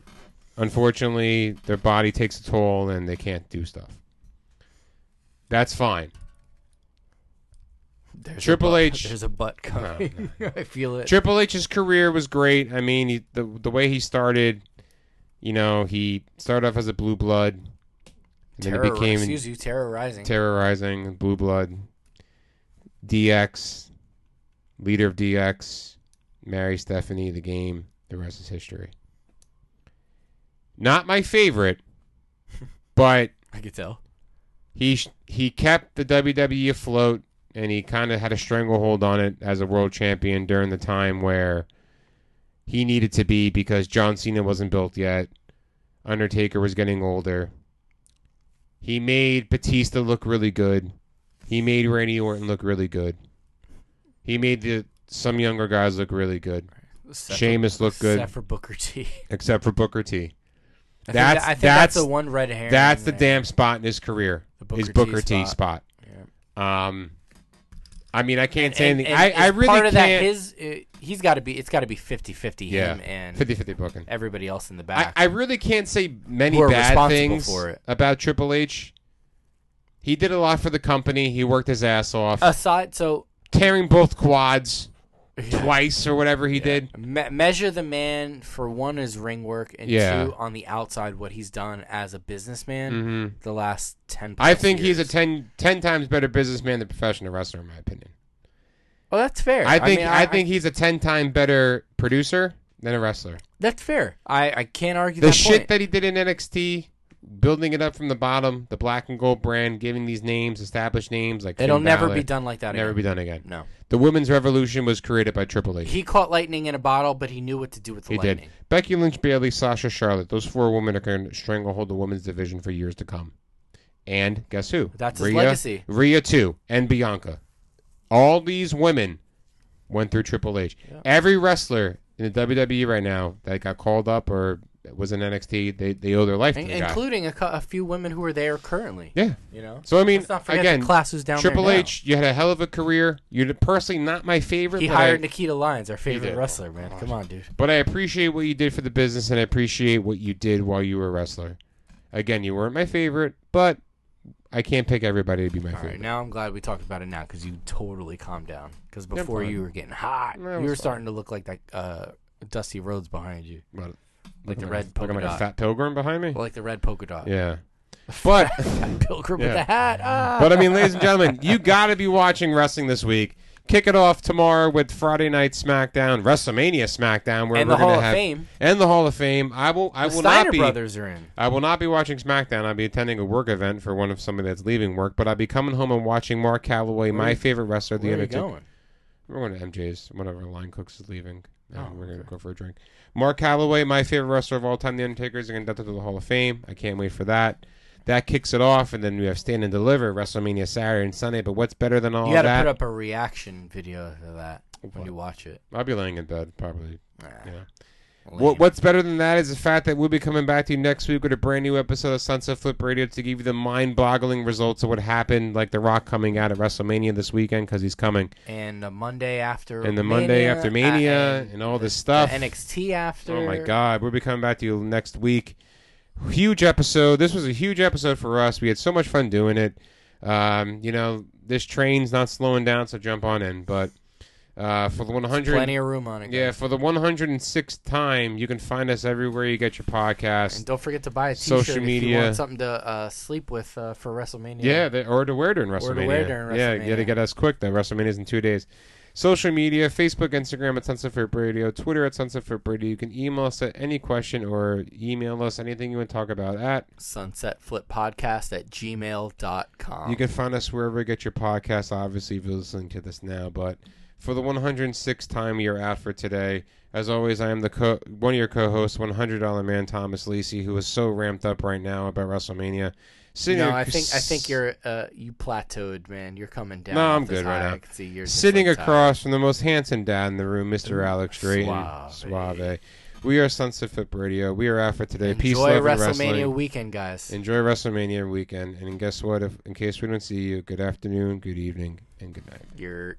unfortunately, their body takes a toll and they can't do stuff. That's fine.
There's a
Triple
butt-
H-
[laughs]
Uh-huh.
There's a butt coming. [laughs] I feel it.
Triple H's career was great. I mean, he, the the way he started, you know, he started off as a blue blood, and then he
Terror,
became
excuse you, terrorizing.
terrorizing blue blood dx leader of dx mary stephanie the game the rest is history not my favorite but
I could tell.
he sh- he kept the wwe afloat and he kind of had a stranglehold on it as a world champion during the time where he needed to be because john cena wasn't built yet undertaker was getting older he made Batista look really good. He made Randy Orton look really good. He made the some younger guys look really good,
Except
Sheamus
for-
looked good.
Except for Booker T. [laughs]
except for Booker T.
I think
That's-
that- I think
that's-
the one red herring.
That's the
that-
damn spot in his career.
The Booker
is
T
Booker T spot.
spot.
Um, I mean, I can't say
And,
anything.
and
I, I
it's
really
part of that
can't-
his uh, he's got to be it's got to be 50-50
yeah,
him and
50-50 booking.
everybody else in the
I,
back.
I really can't say many
Who are
bad
responsible
things
for it.
about Triple H. He did a lot for the company. He worked his ass off,
Aside, so
tearing both
[laughs]
quads twice or whatever he did.
me- measure the man for one his ring work and
Yeah.
two on the outside what he's done as a businessman
hmm
the last ten.
I
plus
think he's a
years.
10, 10 times better businessman than professional wrestler, in my opinion.
Oh, that's fair.
I think I,
mean,
think he's a ten time better producer than a wrestler.
that's fair. I, I can't argue
The
that
shit
point.
that he did in NXT, building it up from the bottom, the black and gold brand, giving these names, established names like
It'll
Finn
never
Balor,
be done like that.
Never
again.
be done again.
No.
The women's revolution was created by Triple H.
He caught lightning in a bottle, but he knew what to do with the
He
lightning.
did. Becky Lynch, Bailey, Sasha, Charlotte. Those four women are going to stranglehold the women's division for years to come. And guess who?
That's his legacy.
Rhea too, and Bianca. All these women E went through Triple H. Every wrestler in the WWE right now that got called up or that was in NXT. They they owe their life to
In-
the guy.
including a, cou- a few women who are there currently.
yeah.
You know,
So I mean,
Let's not forget
again,
the class who's down
Triple
there now.
H, you had a hell of a career. You're personally not my favorite.
He
but
hired
I,
Nikita Lyons, our favorite
did.
wrestler, man. Come on, dude.
But I appreciate what you did for the business, and I appreciate what you did while you were a wrestler. Again, you weren't my favorite, but I can't pick everybody to be my
All right,
favorite.
now I'm glad we talked about it now because you totally calmed down. Because before
fine.
you were getting hot,
No, it
you were
was fine.
starting to look like that uh, Dusty Rhodes behind you,
But
like the
I'm
red
a, like
polka
I'm like a
dot,
fat pilgrim behind me.
Well, like the red polka dot.
Yeah, but
[laughs] Pilgrim
Yeah.
with a hat. Ah.
but I mean, ladies and gentlemen, you got to be watching wrestling this week. Kick it off tomorrow with Friday Night SmackDown, WrestleMania SmackDown, where
And
we're gonna
the Hall of
have,
Fame.
and the Hall of Fame. I will. I
the
will
Steiner
not be.
brothers are in.
I will not be watching SmackDown. I'll be attending a work event for one of somebody that's leaving work, but I'll be coming home and watching Mark Calloway, my favorite wrestler, The
Where are you
Undertaker.
going?
We're going to MJ's. Whatever line cooks is leaving.
Oh,
And we're going to go for a drink. Mark Calloway, my favorite wrestler of all time, The Undertaker, is going to enter to the Hall of Fame. I can't wait for that. That kicks it off, and then we have Stand and Deliver WrestleMania Saturday and Sunday. But what's better than all
You got to
that?
put up a reaction video of that when you watch it.
I'll be laying in bed probably. Yeah.
Lame.
What, what's better than that is the fact that we'll be coming back to you next week with a brand new episode of Sunset Flip Radio to give you the mind-boggling results of what happened, like The Rock coming out at WrestleMania this weekend because he's coming,
And the Monday after.
and the Monday after Mania
uh, and
and all this
the
stuff.
NXT after.
Oh my God, we'll be coming back to you next week. Huge episode. This was a huge episode for us. We had so much fun doing it. Um, you know, this train's not slowing down, so jump on in. But uh, for the 100,
Plenty of room on it.
yeah,
guys.
for the 106th time, you can find us everywhere you get your podcast.
And don't forget to buy a t-shirt
Social
if you
media.
want something to uh, sleep with uh, for WrestleMania.
Yeah, they, or to wear during WrestleMania.
to wear during
Yeah, you got to
WrestleMania.
get us quick. though. WrestleMania's in two days. Social media: Facebook, Instagram at Sunset Flip Radio, Twitter at Sunset Flip Radio. You can email us at any question or email us anything you want to talk about at.
Sunset Flip Podcast at gmail.com.
You can find us wherever you get your podcast. Obviously, if you're listening to this now, but for the 106th time you're out for today, as always, I am the co- one of your co-hosts, $100 man Thomas Lisi, who is so ramped up right now about WrestleMania. Sitting
no,
ac-
I think I think you're uh, you plateaued, man. You're coming down.
No,
off
I'm
this
good right
high.
now.
I can see you're just,
sitting
like, tired.
across from the most handsome dad in the room, Mr. Alex Drayton.
Suave.
Suave. We are Sunset Flip Radio. We are out for today. Peace,
Enjoy
love, and wrestling.
WrestleMania weekend, guys.
Enjoy WrestleMania weekend. And guess what? If in case we don't see you, good afternoon, good evening, and good night.
You're